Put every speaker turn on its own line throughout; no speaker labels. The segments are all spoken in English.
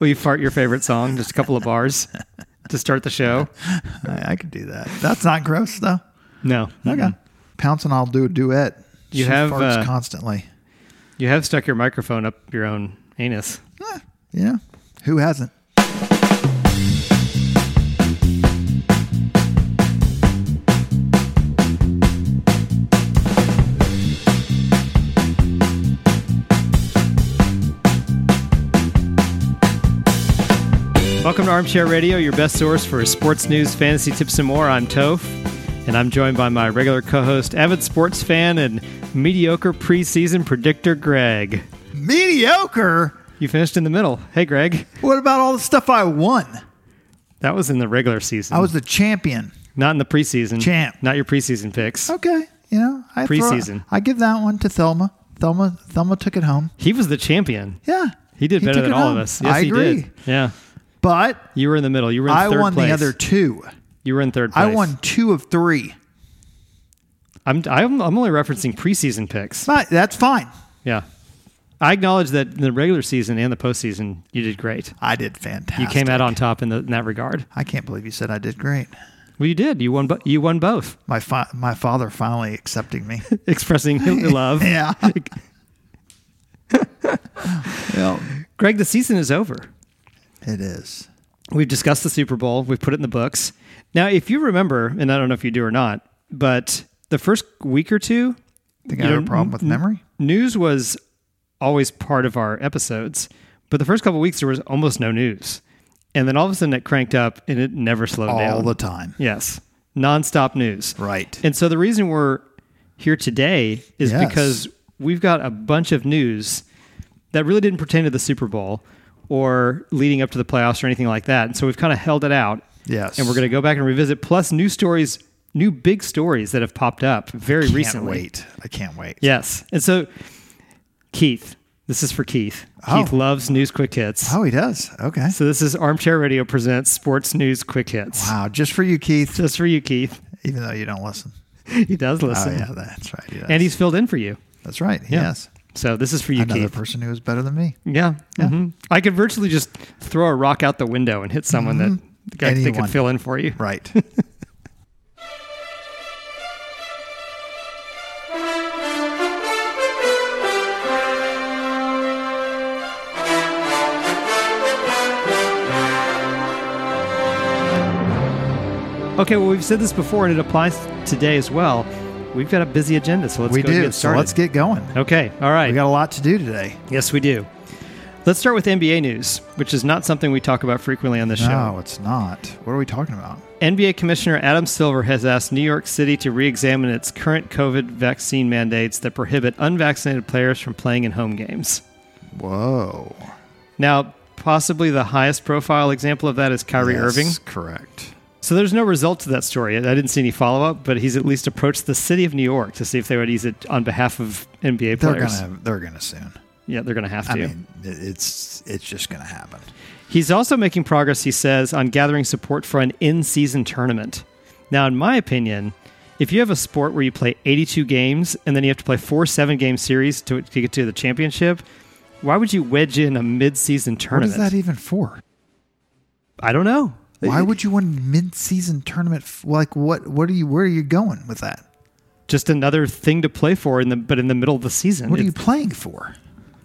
Will you fart your favorite song? Just a couple of bars to start the show.
I, I could do that. That's not gross though.
No,
Okay. Pounce and I'll do a duet.
Mm-hmm. You
she
have,
farts
uh,
constantly.
you have stuck your microphone up your own anus.
Eh, yeah. Who hasn't?
Welcome to Armchair Radio, your best source for sports news, fantasy tips, and more. I'm Toph, and I'm joined by my regular co-host, avid sports fan and mediocre preseason predictor, Greg.
Mediocre.
You finished in the middle. Hey, Greg,
What about all the stuff I won?
that was in the regular season.
I was the champion.
not in the preseason.
Champ. Oh.
not your preseason picks.
Okay. You know, I throw-
Preseason.
I give that one to Thelma. Thelma Thelma took it home.
He was the champion.
Yeah.
He did better
took
than
it
all
home.
of us. Yes,
I
he
agree.
did. Yeah,
But
you were in the middle. You were in
I
third
won
place.
the other two.
You were in third place.
I won two of three.
I'm, I'm, I'm only referencing preseason picks.
But that's fine.
Yeah. I acknowledge that in the regular season and the postseason, you did great.
I did fantastic.
You came out on top in, the, in that regard.
I can't believe you said I did great.
Well, you did. You won. Bo- you won both.
My fa- my father finally accepting me.
Expressing love.
yeah. yeah.
Greg, the season is over.
It is.
We've discussed the Super Bowl. We've put it in the books. Now, if you remember, and I don't know if you do or not, but the first week or two,
Think
You
I have
know,
a problem with memory?
news was always part of our episodes. But the first couple weeks, there was almost no news, and then all of a sudden, it cranked up, and it never slowed
All
down
the time.
Yes. Nonstop news.
Right.
And so the reason we're here today is
Yes.
because we've got a bunch of news that really didn't pertain to the Super Bowl or leading up to the playoffs or anything like that. And so we've kind of held it out.
Yes.
And we're going to go back and revisit plus new stories, new big stories that have popped up very
Can't
recently.
wait. I can't wait.
Yes. And so Keith, this is for Keith.
Oh.
Keith loves news quick hits.
Oh, he does. Okay.
So this is Armchair Radio presents Sports News Quick Hits.
Wow. Just for you, Keith.
Just for you, Keith.
Even though you don't listen.
He does
Oh,
listen.
yeah. That's right. Yes.
And he's filled in for you.
that's right.
Yeah.
Yes.
So this is for you,
Another
Keith.
person who is better than me.
yeah. hmm I could virtually just throw a rock out the window and hit someone that I think
Mm-hmm. Anyone.
could fill in for you.
Right.
Okay. Well, we've said this before, and it applies today as well. We've got a busy agenda, so let's
we
go and
do.
get
So
started.
let's get going.
okay. All right.
We got a lot to do today.
yes, we do. Let's start with NBA news, which is not something we talk about frequently on the show.
No, it's not. What are we talking about?
NBA Commissioner Adam Silver has asked New York City to re examine its current COVID vaccine mandates that prohibit unvaccinated players from playing in home games.
Whoa.
Now, possibly the highest profile example of that is Kyrie
Yes,
Irving.
Correct.
So there's no result to that story. I didn't see any follow up, but he's at least approached the city of New York to see if they would ease it on behalf of NBA
They're
players.
gonna. They're gonna soon.
yeah, they're going to have to.
I mean, it- it's it's just gonna happen.
He's also making progress, he says, on gathering support for an in season tournament. Now, in my opinion, if you have a sport where you play 82 games and then you have to play four seven game series to, to get to the championship, why would you wedge in a mid season
What
tournament?
is that even for?
I don't know.
Why would you want a mid-season tournament? f- Like, what? What are you? Where are you going with that?
Just another thing to play for, in the, but in the middle of the season.
What are you
It's-
playing for?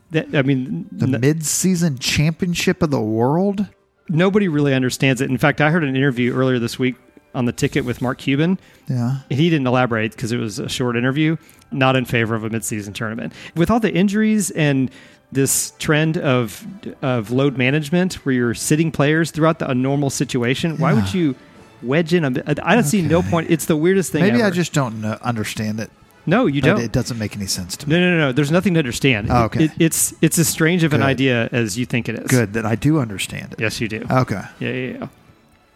that- I mean,
The
n-
mid-season championship of the world?
nobody really understands it. In fact, I heard an interview earlier this week on the ticket with Mark Cuban.
Yeah.
He didn't elaborate because it was a short interview, not in favor of a midseason tournament. With all the injuries and this trend of of load management where you're sitting players throughout the, a normal situation, why would you wedge in a mi- I don't see no
Okay.
point. It's the weirdest thing
Maybe I
ever.
just don't know, understand it.
No, you
but
don't.
It doesn't make any sense to me.
no, no, no, no. There's nothing to understand.
Oh, okay.
It- it's it's as strange of an
Good.
idea as you think it is.
Good Oh. that I do understand it.
Yes, you do.
Okay.
yeah, yeah, yeah.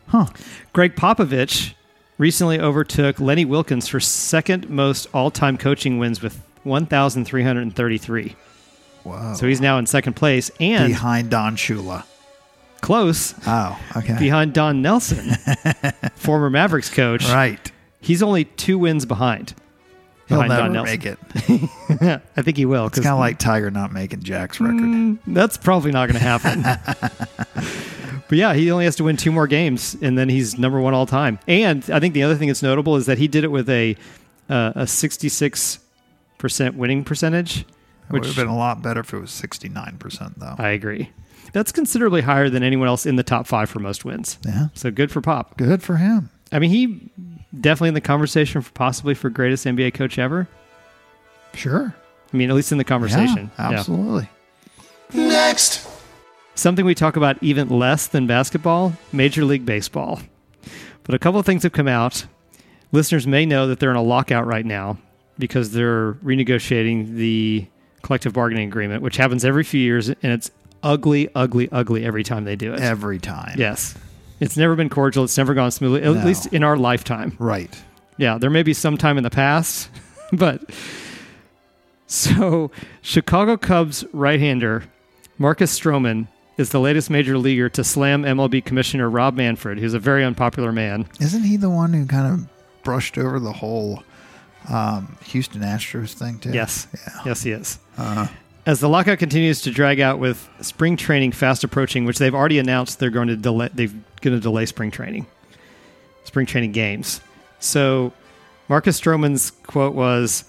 Huh.
Greg Popovich recently overtook Lenny Wilkins for second most all time coaching wins with 1,333.
Wow.
So he's now in second place and
Behind Don Shula.
close
Oh. Okay.
behind Don Nelson, former Mavericks coach.
Right.
He's only two wins behind.
He'll
behind Don
never
Nelson.
make it.
I think he will.
It's kind of like Tiger not making Jack's record.
That's probably not going to happen. but yeah, he only has to win two more games, and then he's number one all time. And I think the other thing that's notable is that he did it with a uh, a sixty six percent winning percentage,
it would have
which
been a lot better if it was 69%, though.
I agree. That's considerably higher than anyone else in the top five for most wins.
yeah.
So good for Pop.
Good for him.
I mean, he definitely in the conversation for possibly for greatest NBA coach ever.
Sure.
I mean, at least in the conversation.
Yeah, absolutely.
Next.
Something we talk about even less than basketball Major League Baseball. But a couple of things have come out. Listeners may know that they're in a lockout right now because they're renegotiating the collective bargaining agreement, which happens every few years, and it's ugly, ugly, ugly every time they do it.
Every time.
Yes. It's never been cordial. It's never gone smoothly, at
No.
least in our lifetime.
Right.
Yeah, there may be some time in the past, but so Chicago Cubs right-hander Marcus Stroman is the latest major leaguer to slam MLB commissioner Rob Manfred, who's a very unpopular man.
Isn't he the one who kind of brushed over the whole um, Houston Astros thing, too?
Yes.
Yeah. Uh-huh.
Yes, he is. As the lockout continues to drag out with spring training fast approaching, which they've already announced they're going to delay they're going to delay spring training. Spring training games. So Marcus Stroman's quote was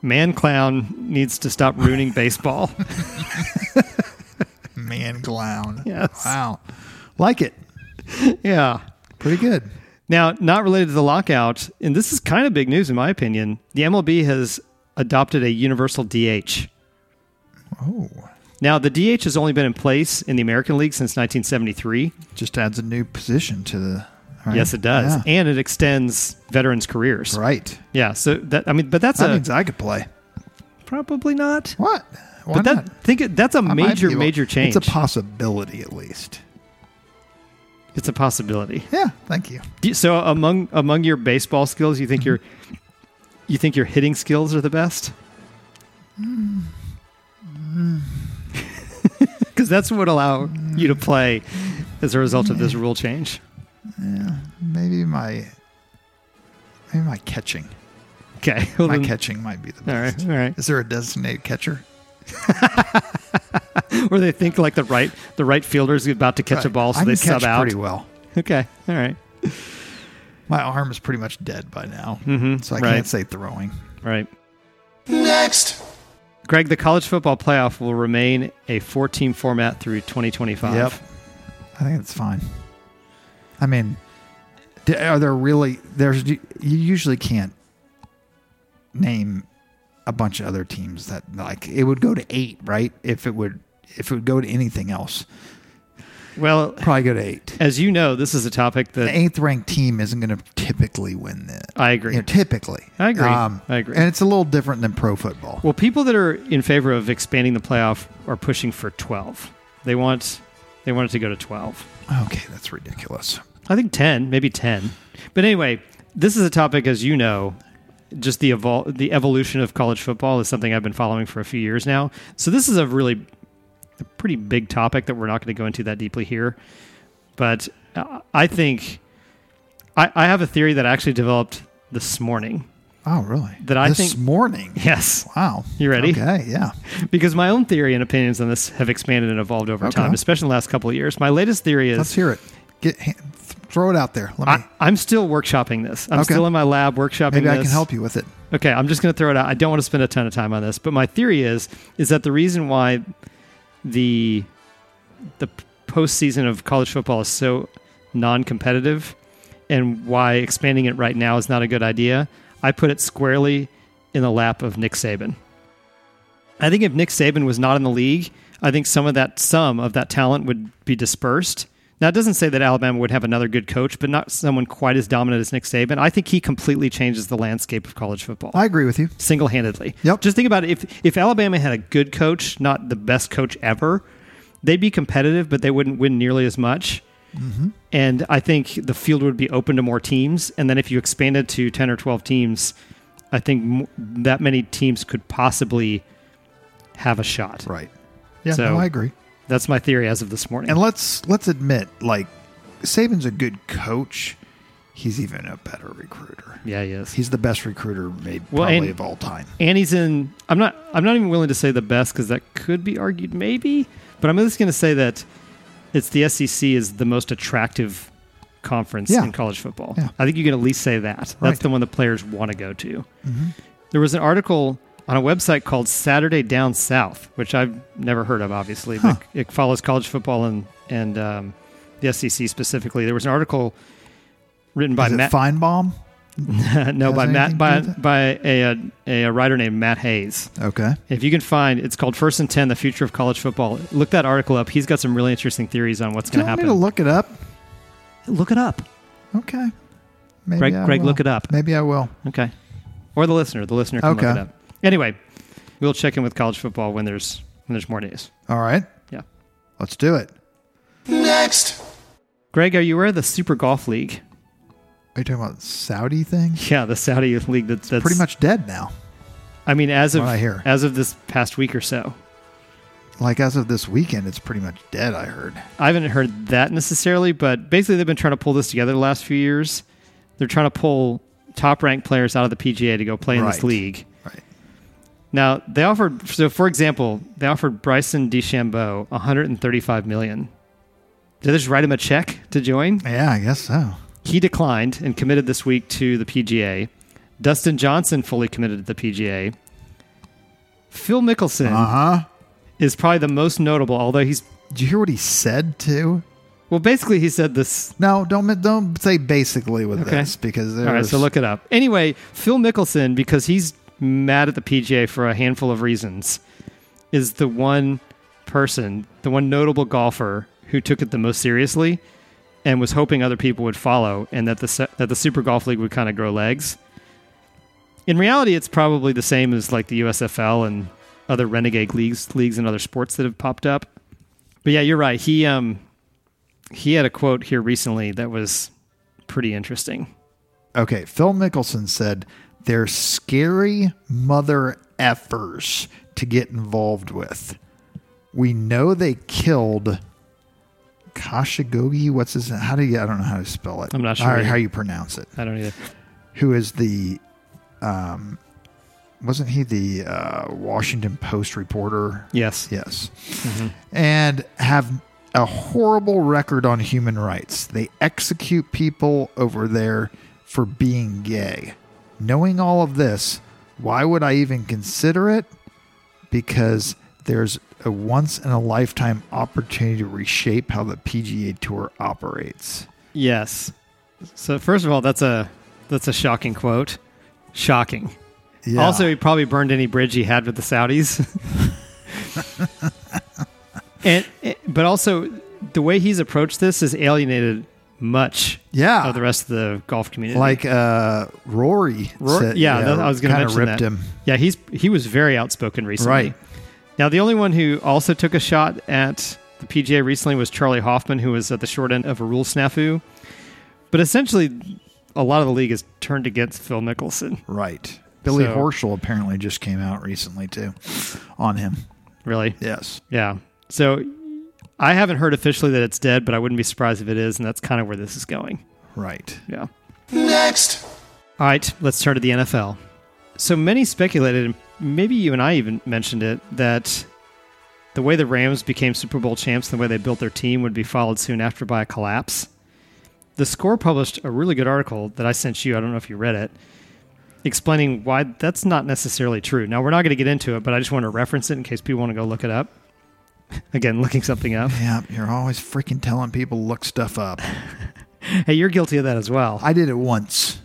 Man clown needs to stop ruining baseball.
Man clown.
Yes.
Wow. Like it.
yeah.
Pretty good.
Now, not related to the lockout, and this is kind of big news in my opinion. The MLB has adopted a universal DH.
Oh.
Now, the DH has only been in place in the American League since 1973.
Just adds a new position to the. right?
Yes, it does,
Yeah.
and it extends veterans' careers.
right.
Yeah. So that I mean, but that's
That
a
means I could play.
probably not.
What? Why
but that
not?
think it, that's a
I might
major
be able-
major change.
It's a possibility, at least.
It's a possibility.
Yeah. Thank you.
Do you- So among among your baseball skills, you think your you think your hitting skills are the best? Because that's what would allow you to play as a result of this rule change.
Maybe my. Maybe my catching.
Okay. Well,
My
then-
catching might be the
all
best.
right. All right.
Is there a designated catcher?
Where they think like the right the right fielder is about to catch a
Right.
ball, so
I can
they
catch
sub out.
pretty well.
Okay. All right.
My arm is pretty much dead by now, so I
Mm-hmm, Right.
can't say throwing.
All right.
Next.
Greg, the college football playoff will remain a four team format through 2025.
I think it's fine. I mean, d- are there really? There's you usually can't name a bunch of other teams that like it would go to eight, right? If it would, if it would go to anything else,
Well,
probably go to eight.
as you know, this is a topic that
The eighth ranked team isn't going to typically win that.
I agree.
You know, typically, Um,
I agree. I agree.
and it's a little different than pro football.
Well, people that are in favor of expanding the playoff are pushing for 12. They want they want it to go to 12.
Okay, that's ridiculous.
I think 10, maybe 10. But anyway, this is a topic as you know, just the evol- the evolution of college football is something I've been following for a few years now. So this is a really a pretty big topic that we're not going to go into that deeply here. But uh, I think I, I have a theory that I actually developed this morning.
Oh, really?
That I
this
think-
morning.
Yes.
Wow.
You ready?
Okay. Yeah.
Because my own theory and opinions on this have expanded and evolved over
Okay.
time, especially in the last couple of years. My latest theory is
Let's hear it. Get ha- th- throw it out there. Let me.
I, I'm still workshopping this. I'm
Okay.
still in my lab workshopping
maybe I
this.
can help you with it.
Okay, I'm just going to throw it out. I don't want to spend a ton of time on this, but my theory is is that the reason why the the postseason of college football is so non-competitive and why expanding it right now is not a good idea, I put it squarely in the lap of Nick Saban. I think if Nick Saban was not in the league, I think some of that some of that talent would be dispersed. Now it doesn't say that Alabama would have another good coach, but not someone quite as dominant as Nick Saban. I think he completely changes the landscape of college football
I agree with you.
single-handedly.
Yep.
Just think about it. If if Alabama had a good coach, not the best coach ever, they'd be competitive, but they wouldn't win nearly as much.
Mm-hmm.
And I think the field would be open to more teams. And then if you expanded to ten or twelve teams, I think m- that many teams could possibly have a shot.
Right. Yeah.
So-
no, I agree.
That's my theory as of this morning.
And let's let's admit, like Saban's a good coach. he's even a better recruiter.
Yeah, he is.
He's the best recruiter made
Well,
probably
and-
of all time.
and he's in i'm not i'm not even willing to say the best because that could be argued maybe but i'm just going to say that it's the sec is the most attractive conference
Yeah.
in college football
Yeah.
i think you can at least say that
Right. Mm-hmm.
that's the one the players want to go to there was an article on a website called saturday down south which i've never heard of obviously
Huh.
but it follows college football and and um, the sec specifically there was an article written by
Is it
matt
Feinbaum?
no by
Has
matt
anything
by,
to do with
by a, a, a writer named matt hayes
Okay.
if you can find, it's called First and Ten: The Future of College Football. Look that article up. He's got some really interesting theories on what's
Do you
going
want
to
me to
happen.
look it up?
look it up,
Okay. Maybe
Greg.
I
Greg,
will.
look it up.
Maybe I will.
Okay, or the listener. The listener can look
Okay.
it up. Anyway, we'll check in with college football when there's when there's more news.
All right.
Yeah,
Let's do it.
Next.
Greg, are you aware of the Super Golf League?
Are you talking about the Saudi thing?
Yeah, the Saudi league. That's, that's
Pretty much dead now.
I mean, as of
what I hear.
as of this past week or so,
Like as of this weekend, it's pretty much dead. I heard.
I haven't heard that necessarily, but basically they've been trying to pull this together the last few years. They're trying to pull top ranked players out of the PGA to go play in
Right.
this league.
Right.
Now they offered. So, for example, they offered Bryson DeChambeau 135 million. Did they just write him a check to join?
Yeah, I guess so.
He declined and committed this week to the PGA. Dustin Johnson fully committed to the PGA. Phil Mickelson
Uh huh.
is probably the most notable, although he's
Did you hear what he said too?
well. Basically, he said this
No, don't mi- don't say basically with
Okay.
this because there's
All right, so look it up. Anyway, Phil Mickelson, because he's mad at the PGA for a handful of reasons, is the one person, the one notable golfer who took it the most seriously and was hoping other people would follow and that the se- that the Super Golf League would kind of grow legs. In reality, it's probably the same as like the USFL and other renegade leagues leagues and other sports that have popped up. But yeah, you're right. He um he had a quote here recently that was pretty interesting.
Okay, Phil Mickelson said they're scary mother effers to get involved with. We know they killed Kashigogi. What's his? How do you? I don't know how to spell it.
I'm not sure
Or
either.
how you pronounce it.
I don't either.
Who is the? Um, wasn't he the uh, Washington Post reporter?
Yes.
Yes. And have a horrible record on human rights. They execute people over there for being gay. Knowing all of this, why would I even consider it? Because there's a once in a lifetime opportunity to reshape how the PGA Tour operates.
Yes. So first of all, that's a that's a shocking quote. Shocking.
Yeah.
Also, he probably burned any bridge he had with the Saudis. and eh, but also the way he's approached this has alienated much
yeah.
of the rest of the golf community.
like uh, Rory,
Rory-
said-
yeah, that- I was going to
kinda
mention
ripped
that.
him.
Yeah, he's he was very outspoken recently.
Right.
Now, the only one who also took a shot at the PGA recently was Charlie Hoffman, who was at the short end of a rule snafu. But essentially, a lot of the league has turned against Phil Mickelson.
Right. Billy
So-
Horschel apparently just came out recently too on him.
Really?
Yes.
Yeah. So I haven't heard officially that it's dead, but I wouldn't be surprised if it is, and that's kind of where this is going.
Right.
Yeah.
Next.
All right, let's turn to the NFL. So many speculated, and maybe you and I even mentioned it, that the way the Rams became Super Bowl champs and the way they built their team would be followed soon after by a collapse. The score published a really good article that I sent you. I don't know if you read it, explaining why that's not necessarily true. Now, we're not going to get into it, but I just want to reference it in case people want to go look it up. Again, looking something up.
Yeah, you're always freaking telling people to look stuff up.
Hey, you're guilty of that as well.
I did it once.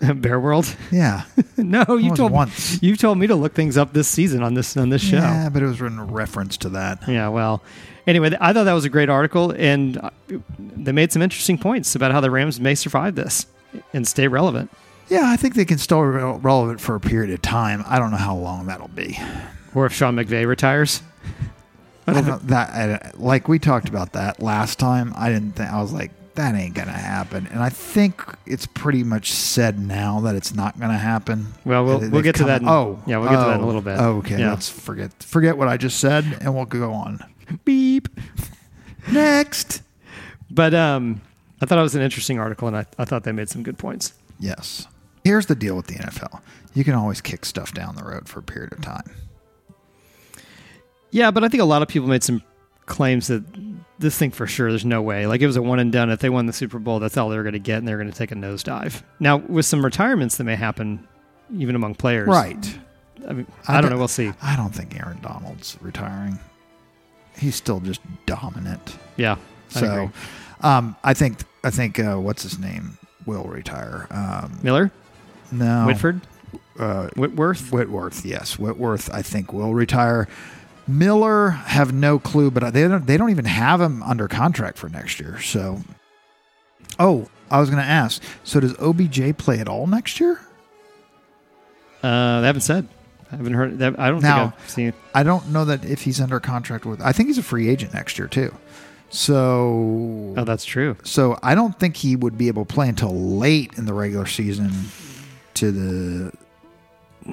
Bear World?
Yeah.
no, you
was
told
once.
you told me to look things up this season on this on this show.
Yeah, but it was in reference to that.
Yeah, well, anyway, th- I thought that was a great article, and uh, they made some interesting points about how the Rams may survive this and stay relevant.
Yeah, I think they can still be re- relevant for a period of time. I don't know how long that'll be.
Or if Sean McVay retires,
I don't know that I, like we talked about that last time. I didn't think I was like that ain't gonna happen, and I think it's pretty much said now that it's not gonna happen.
Well, we'll-
They've
we'll get to
come-
that in-
oh,
yeah, we'll get to that in a
oh,
little bit.
Okay,
Yeah.
let's forget forget what I just said, and we'll go on
beep.
next.
But um, I thought it was an interesting article, and I, I thought they made some good points.
Yes. Here's the deal with the NFL you can always kick stuff down the road for a period of time.
Yeah, but I think a lot of people made some claims that this thing for sure, there's no way. Like it was a one and done. If they won the Super Bowl, that's all they were going to get, and they're going to take a nosedive. Now, with some retirements that may happen, even among players,
Right.
I, mean, I don't know. We'll see.
I don't think Aaron Donald's retiring. He's still just dominant.
Yeah. I
So,
agree.
um, I think I think uh, what's his name will retire. Um,
Miller,
no,
Whitford,
uh,
Whitworth.
Whitworth. Yes, Whitworth. I think will retire. Miller have no clue, but they don't. They don't even have him under contract for next year. So, oh, I was going to ask. So does OBJ play at all next year?
Uh, they haven't said. I haven't heard. That, I don't
Now-
think I've seen.
I don't know that if he's under contract with. I think he's a free agent next year too. So
Oh, that's true.
So I don't think he would be able to play until late in the regular season to the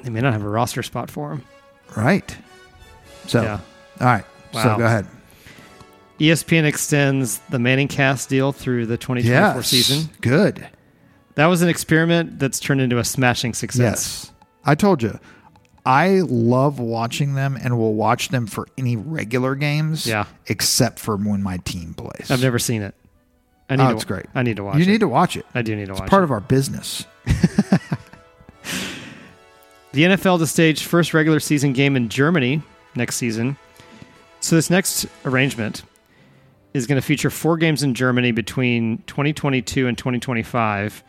They may not have a roster spot for him.
right. So
Yeah. E
all right.
Wow.
So go ahead.
ESPN extends the Manning cast deal through the 2024
Yes.
season.
Good.
That was an experiment that's turned into a smashing success.
Yes. I told you. I love watching them and will watch them for any regular games.
Yeah.
Except for when my team plays.
I've never seen it. I need
Oh,
to,
it's great.
I need to watch
you
it.
need to watch it.
I do need to watch
It's
it.
part of our business.
the NFL to stage first regular season game in Germany next season. So this next arrangement is going to feature four games in Germany between 2022 and 2025.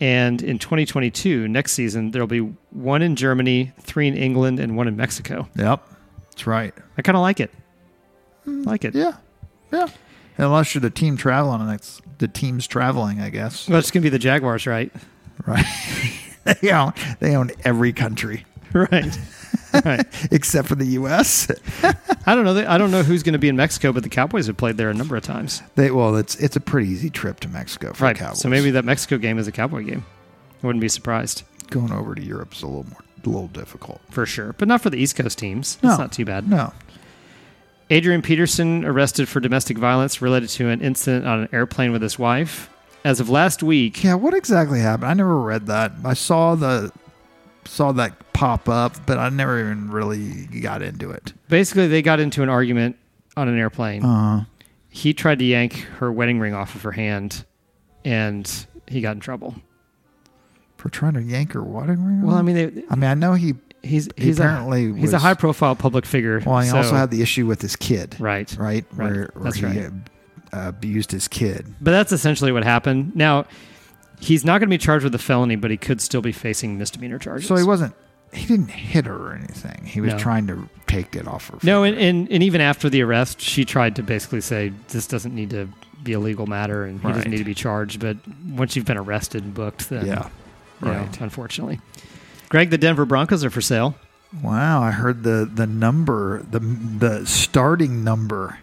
And in 2022, next season, there'll be one in Germany, three in England, and one in Mexico.
Yep. That's right.
I kind of like it. Like it.
Yeah. Yeah. Unless you're the team traveling and it's the team's traveling, I guess.
Well, it's going to be the Jaguars, right?
Right. they own they own every country
right. right.
except for the U.S.
I don't know. I don't know who's going to be in Mexico, but the Cowboys have played there a number of times.
They well, it's it's a pretty easy trip to Mexico for
Right.
Cowboys.
So maybe that Mexico game is a Cowboy game. I wouldn't be surprised
going over to Europe's a little more a little difficult.
for sure, but not for the East Coast teams. That's not too bad.
No,
Adrian Peterson arrested for domestic violence related to an incident on an airplane with his wife. As of last week,
yeah. What exactly happened? I never read that. I saw the saw that pop up, but I never even really got into it.
basically they got into an argument on an airplane.
Uh,
He tried to yank her wedding ring off of her hand, and he got in trouble.
for trying to yank her wedding ring.
Well, I
off?
mean, they,
I mean, I know he.
he's
He
he's
apparently
a, he's a
was-
high profile public figure.
Well, he
so-
also had the issue with his kid.
right,
Right.
Right.
Where, where
That's
he
right.
uh, abused his kid.
But that's essentially what happened. Now, he's not going to be charged with a felony, but he could still be facing misdemeanor charges.
So he wasn't. He didn't hit her or anything. He was
No.
trying to take it off her.
No, and,
finger.
and, and even after the arrest, she tried to basically say this doesn't need to be a legal matter and he doesn't
Right.
need to be charged. But once you've been arrested and booked, then
yeah,
you know,
right.
unfortunately. Greg, the Denver Broncos are for sale.
Wow, I heard the the number, the the starting number,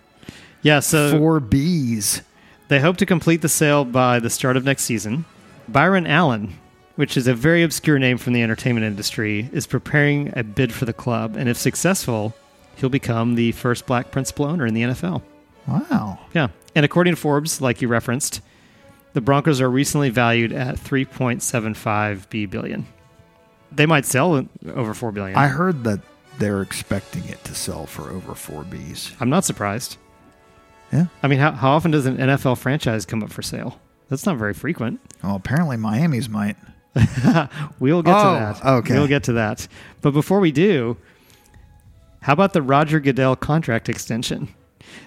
Yeah, so
four Bs.
They hope to complete the sale by the start of next season. Byron Allen, which is a very obscure name from the entertainment industry, is preparing a bid for the club, and if successful, he'll become the first black principal owner in the NFL.
Wow,
Yeah. And according to Forbes, like you referenced, the Broncos are recently valued at 3.75 B billion. They might sell over 4 billion.
I heard that they're expecting it to sell for over four Bs.
I'm not surprised.
Yeah.
I mean, how, how often does an NFL franchise come up for sale? That's not very frequent.
Well, apparently Miami's might.
We'll get
Oh,
to that.
okay.
We'll get to that. But before we do, how about the Roger Goodell contract extension?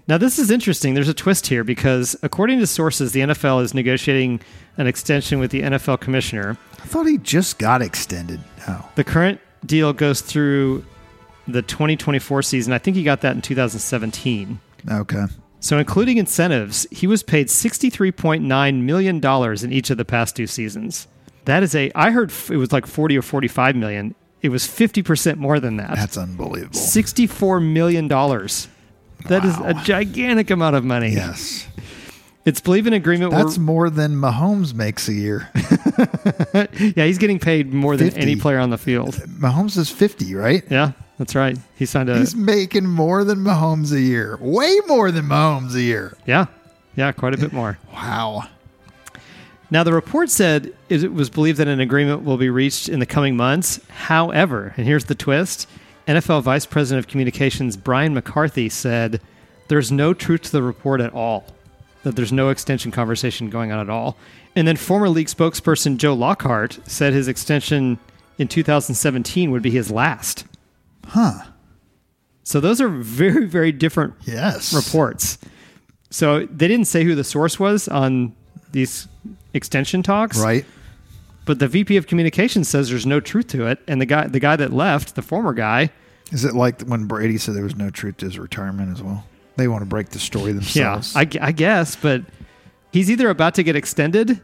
Now, this is interesting. There's a twist here because, according to sources, the NFL is negotiating an extension with the NFL commissioner.
I thought he just got extended. Oh,
The current deal goes through the 2024 season. I think he got that in 2017.
okay.
So, including incentives, he was paid $63.9 million in each of the past two seasons. That is a, I heard f- it was like 40 or 45 million. It was 50% more than that.
That's unbelievable.
$64 million. That is a
Wow.
gigantic amount of money.
Yes,
It's believe an agreement.
that's
where-
more than Mahomes makes a year.
yeah, he's getting paid more than
50.
any player on the field.
Mahomes is fifty, right?
Yeah, that's right. He signed a,
He's making more than Mahomes a year. Way more than Mahomes a year.
yeah, yeah, quite a bit more.
Wow.
Now, the report said it was believed that an agreement will be reached in the coming months. However, and here's the twist NFL Vice President of Communications Brian McCarthy said there's no truth to the report at all, that there's no extension conversation going on at all. And then former league spokesperson Joe Lockhart said his extension in 2017 would be his last.
Huh.
So those are very, very different
Yes.
reports. So they didn't say who the source was on these extension talks,
Right.
But the VP of communications says there's no truth to it, and the guy, the guy that left, the former guy,
Is it like when Brady said there was no truth to his retirement as well? They want to break the story
yeah,
themselves.
I, gu- I guess, but he's either about to get extended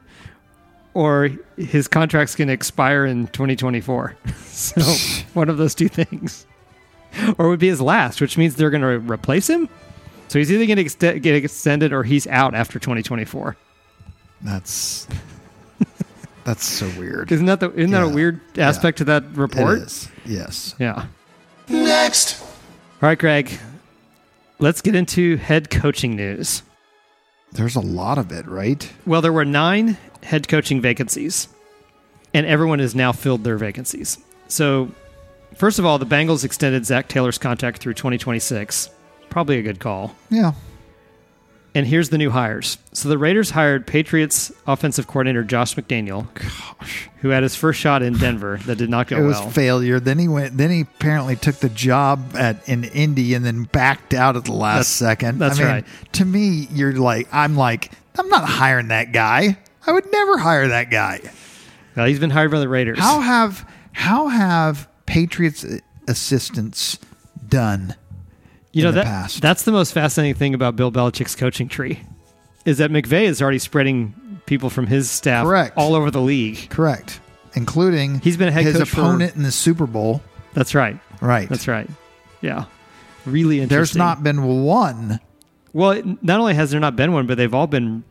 or his contract's going to expire in 2024. so one of those two things, or it would be his last, which means they're going to replace him. So he's either going to ext- get extended or he's out after 2024.
that's that's so weird.
Isn't that the, isn't that a
Yeah.
weird aspect to that report?
It is. Yes.
Yeah. All
Next.
right, Greg. Let's get into head coaching news.
There's a lot of it, right?
Well, there were nine head coaching vacancies, and everyone has now filled their vacancies. So, first of all, the Bengals extended Zach Taylor's contract through 2026. Probably a good call.
Yeah.
And here's the new hires. So the Raiders hired Patriots offensive coordinator Josh McDaniel, who had his first shot in Denver that did not go
it was
Oh, well.
failure. Then he went. Then he apparently took the job at in Indy and then backed out at the last second.
that's
I mean,
right.
To me, you're like, I'm like, I'm not hiring that guy. I would never hire that guy.
Well, he's been hired by the Raiders.
How have how have Patriots assistants done?
you know
in the
that
past.
that's the most fascinating thing about Bill Belichick's coaching tree is that McVay is already spreading people from his staff
Correct.
all over the league.
Correct, including
He's been a head
his
coach for-
opponent in the Super Bowl.
That's right.
Right.
That's right. Yeah. Really interesting.
There's not been one.
Well, it- not only has there not been one, but they've all been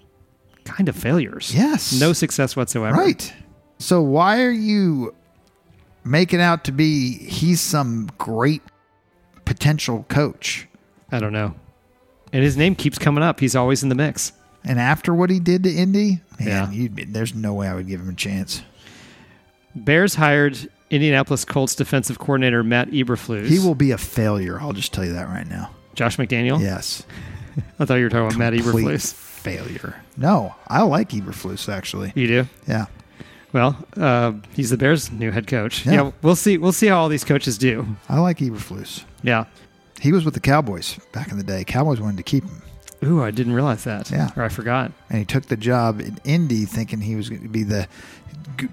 kind of failures.
Yes.
No success whatsoever.
Right. So why are you making out to be he's some great potential coach?
I don't know. And his name keeps coming up. He's always in the mix.
And after what he did to Indy, man,
Yeah.
you'd be, there's no way I would give him a chance.
Bears hired Indianapolis Colts defensive coordinator Matt Eberflus.
He will be a failure. I'll just tell you that right now.
Josh McDaniel.
Yes.
I thought you were talking about Matt
Complete
Eberflus.
Failure. No, I like Eberflus actually.
You do.
Yeah.
Well, uh, he's the Bears' new head coach.
Yeah.
We'll see. We'll see how all these coaches do.
I like Eberflus.
Yeah.
He was with the Cowboys back in the day. Cowboys wanted to keep him.
Ooh, I didn't realize that.
Yeah.
Or I forgot.
and he took the job in Indy, thinking he was going to be the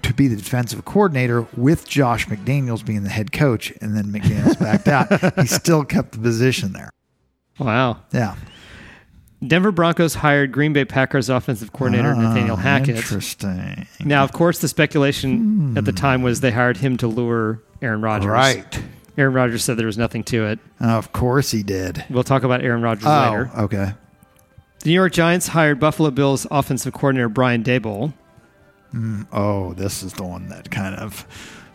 to be the defensive coordinator with Josh McDaniels being the head coach, and then McDaniels backed out. He still kept the position there.
Wow.
Yeah,
Denver Broncos hired Green Bay Packers offensive coordinator Nathaniel
Ah,
Hackett.
Interesting. Hmm.
Now, of course, the speculation at the time was they hired him to lure Aaron Rodgers.
Right. Uh,
Aaron Rodgers said there was nothing to it.
Of course he did.
We'll talk about Aaron Rodgers later.
Oh, okay.
The New York Giants hired Buffalo Bills offensive coordinator Brian Dable.
Oh, this is the one that kind of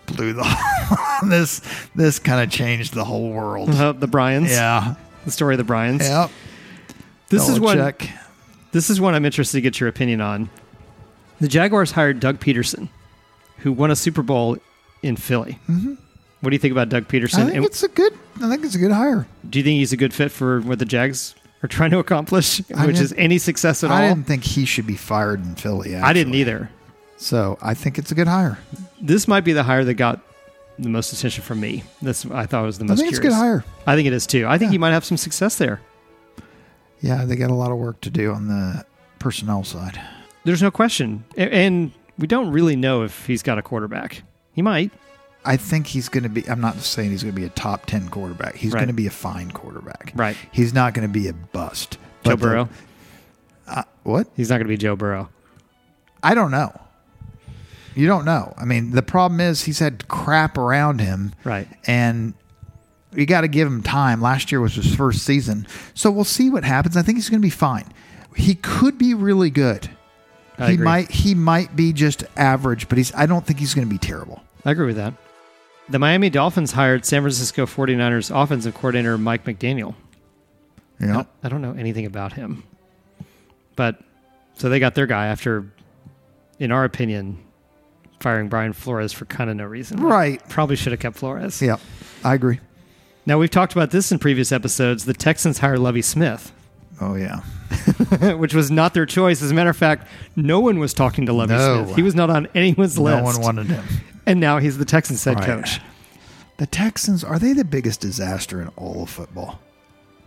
blew the this this kind of changed the whole world.
Uh, the Bryans.
Yeah.
The story of the Bryans.
Yep.
This is one
Belichick.
This is one I'm interested to get your opinion on. The Jaguars hired Doug Peterson, who won a Super Bowl in Philly. Mm-hmm. What do you think about Doug
I
Peterson?
think it's a good. I think it's a good hire.
do you think he's a good fit for what the Jags are trying to accomplish,
I
which
didn't-
is any success at
I
all?
didn't think he should be fired in Philly.
I didn't
actually.
either.
So I think it's a good hire.
This might be the hire that got the most attention from me. This I thought was the
I
most.
think it's a good
curious.
hire.
I think it is too. I think
Yeah.
he might have some success there.
Yeah, they got a lot of work to do on the personnel side.
There's no question, A- and we don't really know if he's got a quarterback. He might.
I think he's going to be. I'm not saying he's going to be a top ten quarterback. He's
Right.
going to be a fine quarterback.
Right.
He's not going to be a bust.
Joe
But the-
Burrow.
What?
He's not going to be Joe Burrow.
I don't know. You don't know. I mean, the problem is he's had crap around him.
Right.
And you got to give him time. Last year was his first season. So we'll see what happens. I think he's going to be fine. He could be really good.
I
he
agree.
might he might be just average, but he's I don't think he's going to be terrible.
I agree with that. The Miami Dolphins hired San Francisco 49ers offensive coordinator Mike McDaniel.
You know?
I don't know anything about him. But so they got their guy after in our opinion, firing Brian Flores for kind of no reason.
Right.
Probably should have kept Flores.
Yeah, I agree.
Now, we've talked about this in previous episodes. The Texans hire Lovey Smith,
Oh yeah,
which was not their choice. As a matter of fact, no one was talking to Lovey
No.
Smith. He was not on anyone's
no
list.
one wanted him.
and now he's the Texans head
Right.
coach.
The Texans are they the biggest disaster in all of football?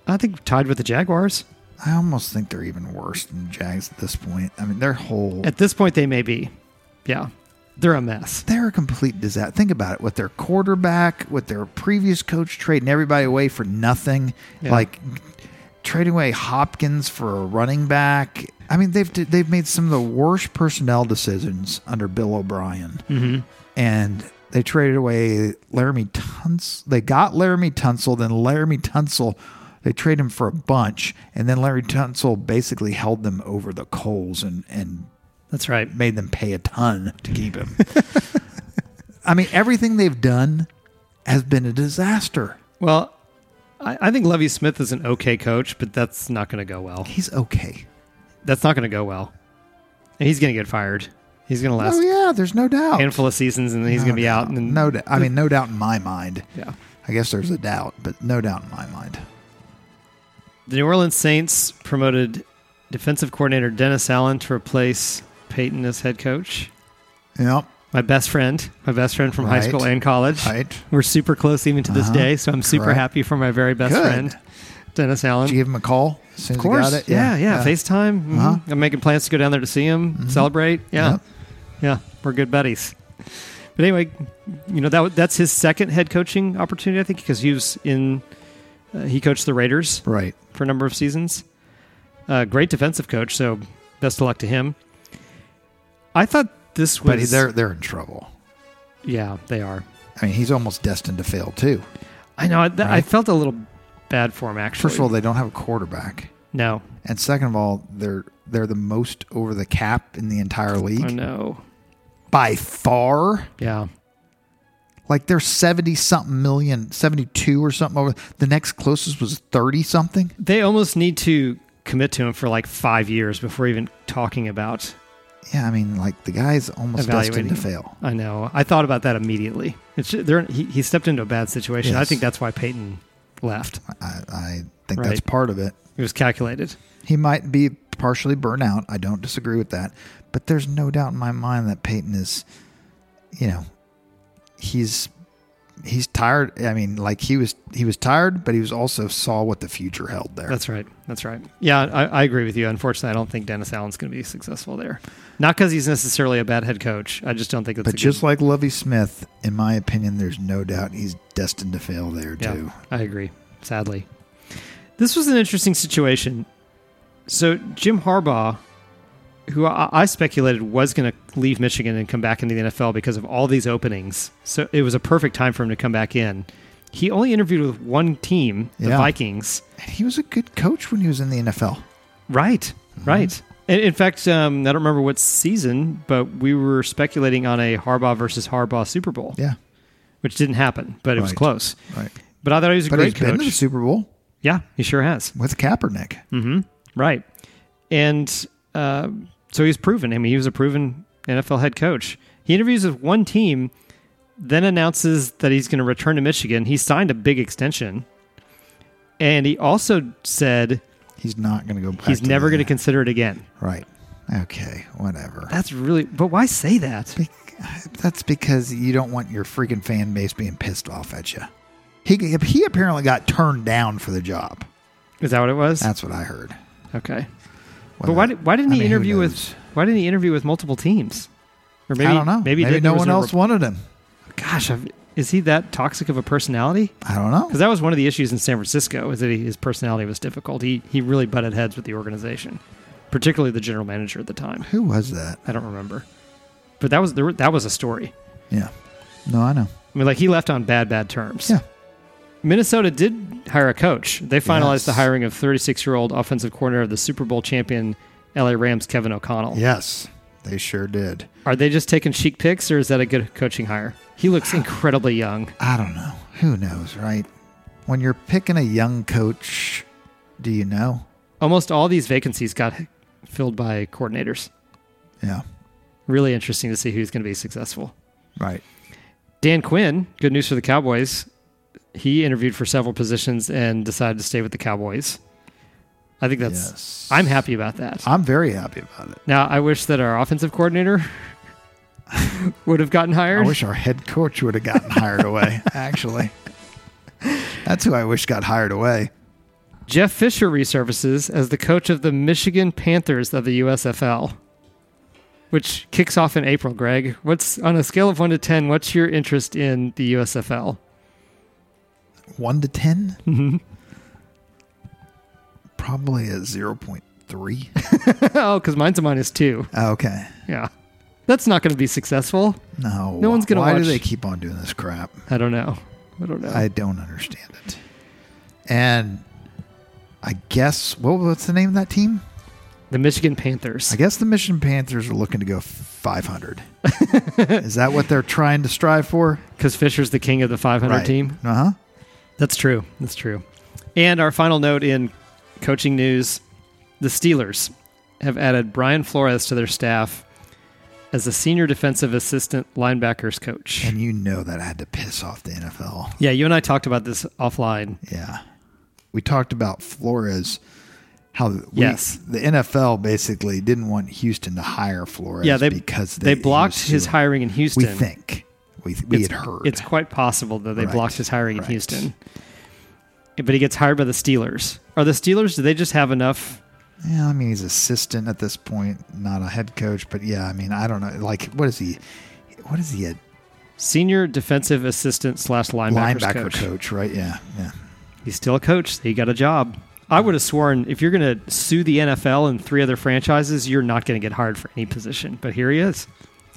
I think tied with the Jaguars.
I almost think they're even worse than the Jags at this point. I mean, their whole
At this point, they may be. Yeah. They're a mess.
they're a complete disaster. Think about it with their quarterback, with their previous coach trading everybody away for nothing,
Yeah.
like trading away Hopkins for a running back. I mean, they've they've made some of the worst personnel decisions under Bill O'Brien, and they traded away Laramie Tunsil. They got Laramie Tunsil, then Laramie Tunsil. They traded him for a bunch, and then Larry Tunsil basically held them over the coals and and
That's right.
made them pay a ton to keep him. I mean, everything they've done has been a disaster.
Well, I, I think Lovey Smith is an okay coach, but that's not going to go well.
He's okay.
That's not going to go well. And he's going to get fired. He's going to last
Oh yeah, there's no doubt.
a handful of seasons, and then he's going to be out. And then,
no, doubt. I mean, no doubt in my mind.
yeah.
I guess there's a doubt, but no doubt in my mind.
The New Orleans Saints promoted defensive coordinator Dennis Allen to replace Peyton as head coach.
Yep.
My best friend, my best friend from
Right.
high school and college.
Right.
We're super close even to this
Uh-huh.
day, so I'm super
Correct.
happy for my very best
Good.
friend, Dennis Allen.
Did you give him a call? As soon
Of course.
As you got it?
Yeah, yeah. Mm-hmm. FaceTime. mhm.
Uh-huh.
I'm making plans to go down there to see him, celebrate. Yeah.
Yep.
Yeah. We're good buddies. But anyway, you know, that wa- that's his second head coaching opportunity, I think, because he was in, uh, he coached the Raiders
Right.
for a number of seasons. Uh, great defensive coach. So best of luck to him. I thought this was.
But he- they're they're in trouble.
yeah, they are.
I mean, he's almost destined to fail too.
I know. I, th- I
Right.
felt a little bad for him, actually.
First of all, they don't have a quarterback,
no.
and second of all, they're they're the most over the cap in the entire
I
league
know.
by far.
Yeah.
Like they're 70 something million, 72 or something over. The next closest was 30 something.
They almost need to commit to him for like five years before even talking about
Yeah, I mean, like the guy's almost destined
evaluating.
to
him.
fail.
I know. I thought about that immediately. It's they're, he, he stepped into a bad situation. I
Yes.
think that's why Peyton left.
I, I think
Right.
that's part of it.
It was calculated.
He might be partially burnt out. I don't disagree with that. But there's no doubt in my mind that Peyton is, you know, he's he's tired. I mean, like he was he was tired, but he was also saw what the future held there.
That's right. That's right. Yeah, I, I agree with you. Unfortunately, I don't think Dennis Allen's going to be successful there. Not because he's necessarily a bad head coach. I just don't think it's.
but
a
just
good,
like Lovey Smith, in my opinion, there's no doubt he's destined to fail there too.
I agree. Sadly, this was an interesting situation. So Jim Harbaugh, who I, I speculated was going to leave Michigan and come back into the NFL because of all these openings, so it was a perfect time for him to come back in. He only interviewed with one team, the
Yeah.
Vikings.
And he was a good coach when he was in the NFL.
Right,
Mm-hmm.
right. And in fact, um, I don't remember what season, but we were speculating on a Harbaugh versus Harbaugh Super Bowl,
Yeah,
which didn't happen, but it was
Right.
close.
right.
But I thought he was a
But
great
he's been to the
coach. Hmm.
Super Bowl
Yeah, he sure has.
with Kaepernick.
Right. And uh, so he's proven. I mean, he was a proven NFL head coach. He interviews with one team, then announces that he's going to return to Michigan. He signed a big extension. And he also said
He's not going to go back.
he's
to
never
the-
going to consider it again.
Right. Okay. Whatever.
That's really, but why say that?
Be- That's because you don't want your freaking fan base being pissed off at you. He he apparently got turned down for the job.
Is that what it was?
That's what I heard.
okay.
Whether-
But why, did, why didn't
I
he
mean, who
interview with,
knows?
why didn't he interview with multiple teams? Or maybe,
I don't know.
Maybe,
Maybe,
he did,
no
there was
one
no
else
rep-
wanted him.
Gosh, I've, is he that toxic of a personality?
I don't know.
Because that was one of the issues in San Francisco is that he, his personality was difficult. He he really butted heads with the organization, particularly the general manager at the time.
Who was that?
I don't remember, but that was there, were- that was a story.
Yeah. No, I know.
I mean, like he left on bad bad terms.
Yeah.
Minnesota did hire a coach. They finalized
Yes.
the hiring of 36 year old offensive coordinator of the Super Bowl champion LA Rams Kevin O'Connell.
Yes, they sure did.
Are they just taking chic picks, or is that a good coaching hire? He looks incredibly young.
I don't know. Who knows, right? When you're picking a young coach, do you know?
Almost all these vacancies got filled by coordinators.
Yeah.
Really interesting to see who's going to be successful.
Right.
Dan Quinn, good news for the Cowboys. He interviewed for several positions and decided to stay with the Cowboys. I think that's
Yes.
I'm happy about that.
I'm very happy about it.
Now I wish that our offensive coordinator would have gotten
I
hired.
wish our head coach would have gotten hired away, actually. That's who I wish got hired away.
Jeff Fisher resurfaces as the coach of the Michigan Panthers of the USFL, which kicks off in April. Greg, what's on a scale of one to ten? What's your interest in the USFL?
One to 10 Mm-hmm. Probably a zero point three.
oh, because mine's a minus two.
okay.
Yeah, that's not going to be successful.
No.
No one's gonna
Why
watch-
do they keep on doing this crap?
I don't know. I don't know.
I don't understand it. And I guess what what's the name of that team?
the Michigan Panthers.
I guess the Mission Panthers are looking to go 500. Is that what they're trying to strive for?
Because Fisher's the king of the 500 team.
Uh huh.
That's true. That's true. And our final note in coaching news the Steelers have added Brian Flores to their staff as a senior defensive assistant linebackers coach.
And you know that I had to piss off the NFL.
Yeah, you and I talked about this offline.
Yeah. We talked about Flores, how we,
Yes.
the NFL basically didn't want Houston to hire Flores
yeah, they
because
they,
they,
blocked
he
his
was suing-
hiring in Houston.
We think. We, we
it's,
had heard.
It's quite possible that they
Right,
blocked his hiring in
right.
Houston. But he gets hired by the Steelers. Are the Steelers? Do they just have enough?
Yeah, I mean he's assistant at this point, not a head coach, but yeah, I mean I don't know. Like, what is he? What is he? A
Senior defensive assistant slash linebackers
linebacker coach. right? Yeah, yeah.
He's still a coach. He got a job. I would have sworn if you're going to sue the NFL and three other franchises, you're not going to get hired for any position. But here he is.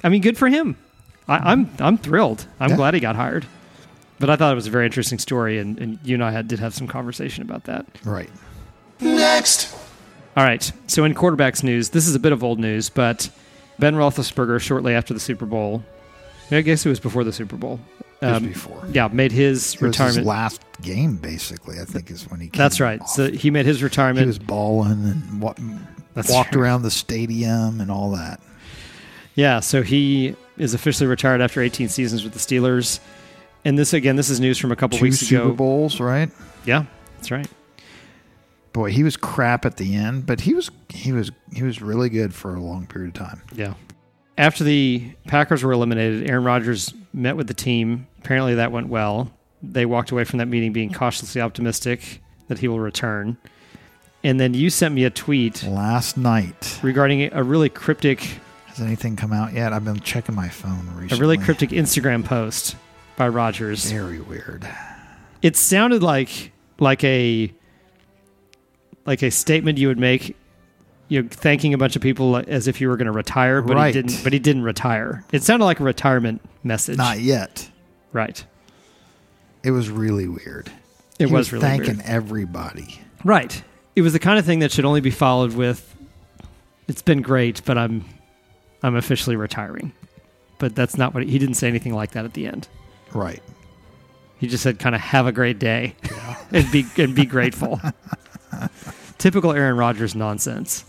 I mean, good for him. I, I'm I'm thrilled. I'm
Yeah.
glad he got hired. But I thought it was a very interesting story, and, and you and I had, did have some conversation about that.
Right.
Next.
All right. So in quarterbacks news, this is a bit of old news, but Ben Roethlisberger shortly after the Super Bowl, I guess it was before the Super Bowl.
was before.
Yeah, made his
It was his
Um, retirement.
last game, basically. I think is when he. Came
That's right.
off.
So he made his retirement.
he was balling and wa-
That's
walked
right.
around the stadium and all that.
Yeah, so he is officially retired after 18 seasons with the Steelers. And this again, this is news from a couple
Two
weeks
Super
ago.
Bowls, right?
Yeah, that's right.
Boy, he was crap at the end, but he was he was he was really good for a long period of time.
Yeah. After the Packers were eliminated, Aaron Rodgers met with the team. Apparently, that went well. They walked away from that meeting being cautiously optimistic that he will return. And then you sent me a tweet
Last night,
regarding a really cryptic,
has anything come out yet? I've been checking my phone recently.
a really cryptic Instagram post by Rodgers.
Very weird.
it sounded like like a like a statement you would make you know, thanking a bunch of people as if you were going to retire but he
Right.
didn't but he didn't retire it sounded like a retirement message
Not yet.
right
It was really weird.
it
He
was, really
thanking
weird.
everybody.
right it was the kind of thing that should only be followed with it's been great but i'm i'm officially retiring but that's not what he, he didn't say anything like that at the end
Right.
He just said, "Kind of have a great day and be and be grateful." Typical Aaron Rodgers nonsense.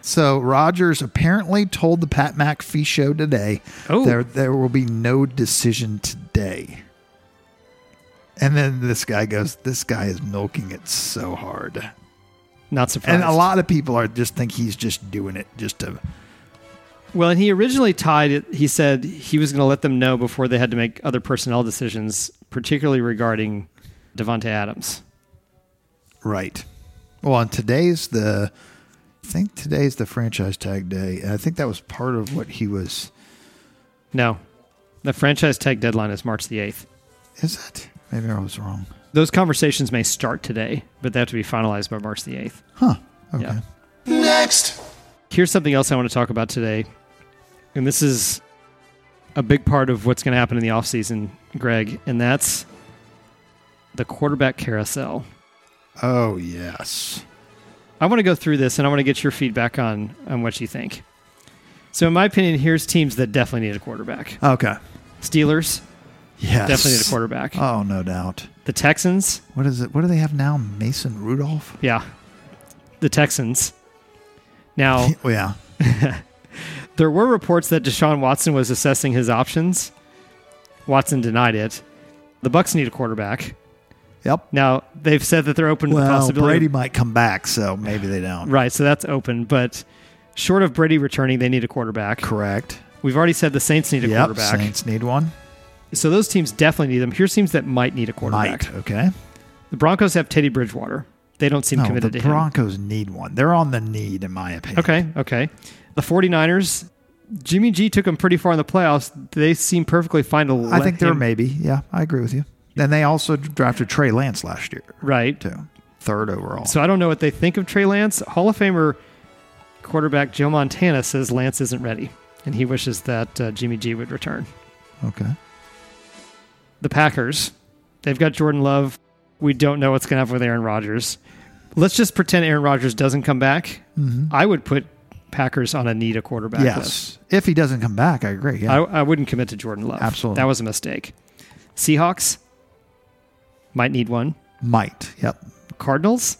So Rogers apparently told the Pat McAfee show today
Oh.
there there will be no decision today. And then this guy goes, This guy is milking it so hard.
Not surprised.
And a lot of people are just think he's just doing it just to
Well, and he originally tied it. He said he was going to let them know before they had to make other personnel decisions, particularly regarding Devonte Adams.
Right. Well, and today's the I think today's the franchise tag day. And I think that was part of what he was
No, the franchise tag deadline is March the eighth.
is it? Maybe I was wrong.
Those conversations may start today, but they have to be finalized by March the eighth.
Huh. Okay.
Yeah.
Next.
Here's something else I want to talk about today. And this is a big part of what's going to happen in the offseason, Greg, and that's the quarterback carousel.
Oh yes.
I want to go through this and I want to get your feedback on, on what you think. So, in my opinion, here's teams that definitely need a quarterback
Okay.
Steelers,
Yes.
definitely need a quarterback.
Oh, no doubt.
the Texans,
What is it? What do they have now? Mason Rudolph?
yeah. The Texans. Now,
Well, yeah.
There were reports that Deshaun Watson was assessing his options. Watson denied it. The Bucks need a quarterback.
Yep.
Now they've said that they're open to the
Well,
possibility.
Brady might come back, so maybe they don't.
Right, so that's open. But short of Brady returning, they need a quarterback.
Correct.
We've already said the Saints need a
Yep.
quarterback.
Saints need one.
So those teams definitely need them. Here's teams that might need a quarterback.
Might. Okay.
The Broncos have Teddy Bridgewater. They don't seem
No,
committed
the
to him.
Broncos need one. They're on the need, in my opinion.
Okay, okay. The 49ers, Jimmy G took them pretty far in the playoffs. They seem perfectly fine to
I think they're
him,
maybe. Yeah, I agree with you. And they also drafted Trey Lance last year,
Right.
too. Third overall.
So I don't know what they think of Trey Lance. Hall of Famer quarterback Joe Montana says Lance isn't ready, and he wishes that uh, Jimmy G would return.
okay.
The Packers, they've got Jordan Love. We don't know what's going to happen with Aaron Rodgers. Let's just pretend Aaron Rodgers doesn't come back.
Mm-hmm.
I would put Packers on a need a quarterback list.
Yes. If he doesn't come back, I agree. Yeah.
I, I wouldn't commit to Jordan Love.
Absolutely.
That was a mistake. Seahawks might need one.
might. Yep.
Cardinals,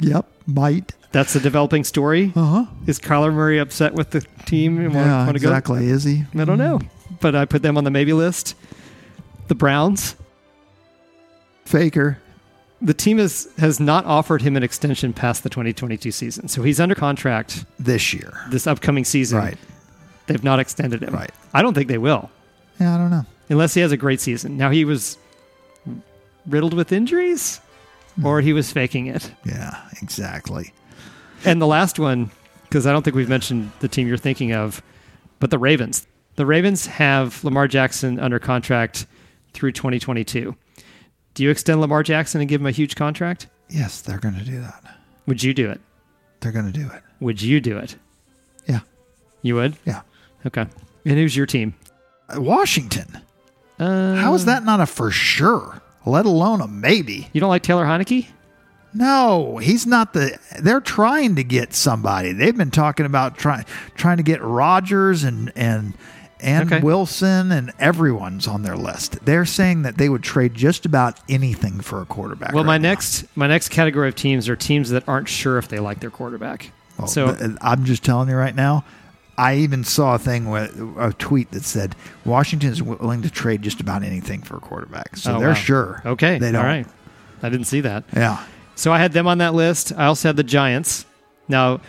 Yep. Might.
that's a developing story.
Uh huh.
Is Kyler Murray upset with the team and want,
Yeah,
want to go?
exactly. Is he?
I don't know, but I put them on the maybe list. The Browns,
Faker.
the team has has not offered him an extension past the 2022 season, so he's under contract
This year.
this upcoming season.
Right.
They've not extended him.
Right.
I don't think they will,
Yeah, I don't know.
unless he has a great season. Now he was riddled with injuries, or he was faking it.
Yeah, exactly.
And the last one, because I don't think we've mentioned the team you're thinking of, but the Ravens. The Ravens have Lamar Jackson under contract through 2022. Do you extend Lamar Jackson and give him a huge contract?
Yes, they're going to do that.
Would you do it?
They're going to do it.
Would you do it?
Yeah.
You would?
Yeah.
Okay. And who's your team?
Uh, Washington.
Uh,
How is that not a for sure, let alone a maybe?
You don't like Taylor Heineke?
No, he's not the. They're trying to get somebody. They've been talking about trying trying to get Rogers and and and
Okay.
Wilson and everyone's on their list. They're saying that they would trade just about anything for a quarterback.
Well,
right
my
now.
next my next category of teams are teams that aren't sure if they like their quarterback.
Well,
so
Oh, th- I'm just telling you right now. I even saw a thing with a tweet that said Washington is willing to trade just about anything for a quarterback. So
Oh,
they're
wow.
sure.
Okay.
They don't.
All right. I didn't see that.
Yeah.
So I had them on that list. I also had the Giants. Now,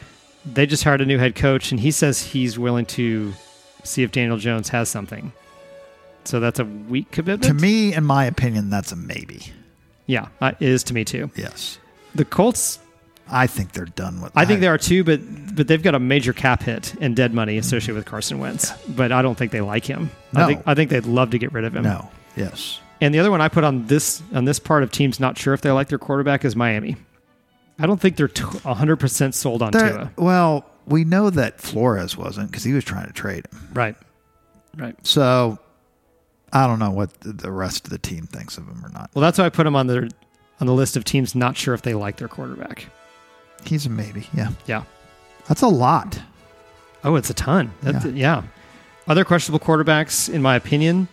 they just hired a new head coach, and he says he's willing to see if Daniel Jones has something. So that's a weak commitment.
To me, in my opinion, that's a maybe.
yeah, uh, it is to me too.
Yes.
The Colts,
I think they're done with.
I think they are too, but but they've got a major cap hit and dead money associated with Carson Wentz. But I don't think they like him. I
No.
think I think they'd love to get rid of him.
No. Yes.
And the other one I put on this on this part of teams not sure if they like their quarterback is Miami. I don't think they're t- 100% sold on
They're-
Tua.
well, we know that Flores wasn't because he was trying to trade him.
Right. Right.
So I don't know what the- the rest of the team thinks of him or not.
Well, that's why I put him on the on the list of teams not sure if they like their quarterback.
He's a maybe. Yeah.
Yeah.
That's a lot.
Oh, it's a ton. That, yeah. Other questionable quarterbacks, in my opinion,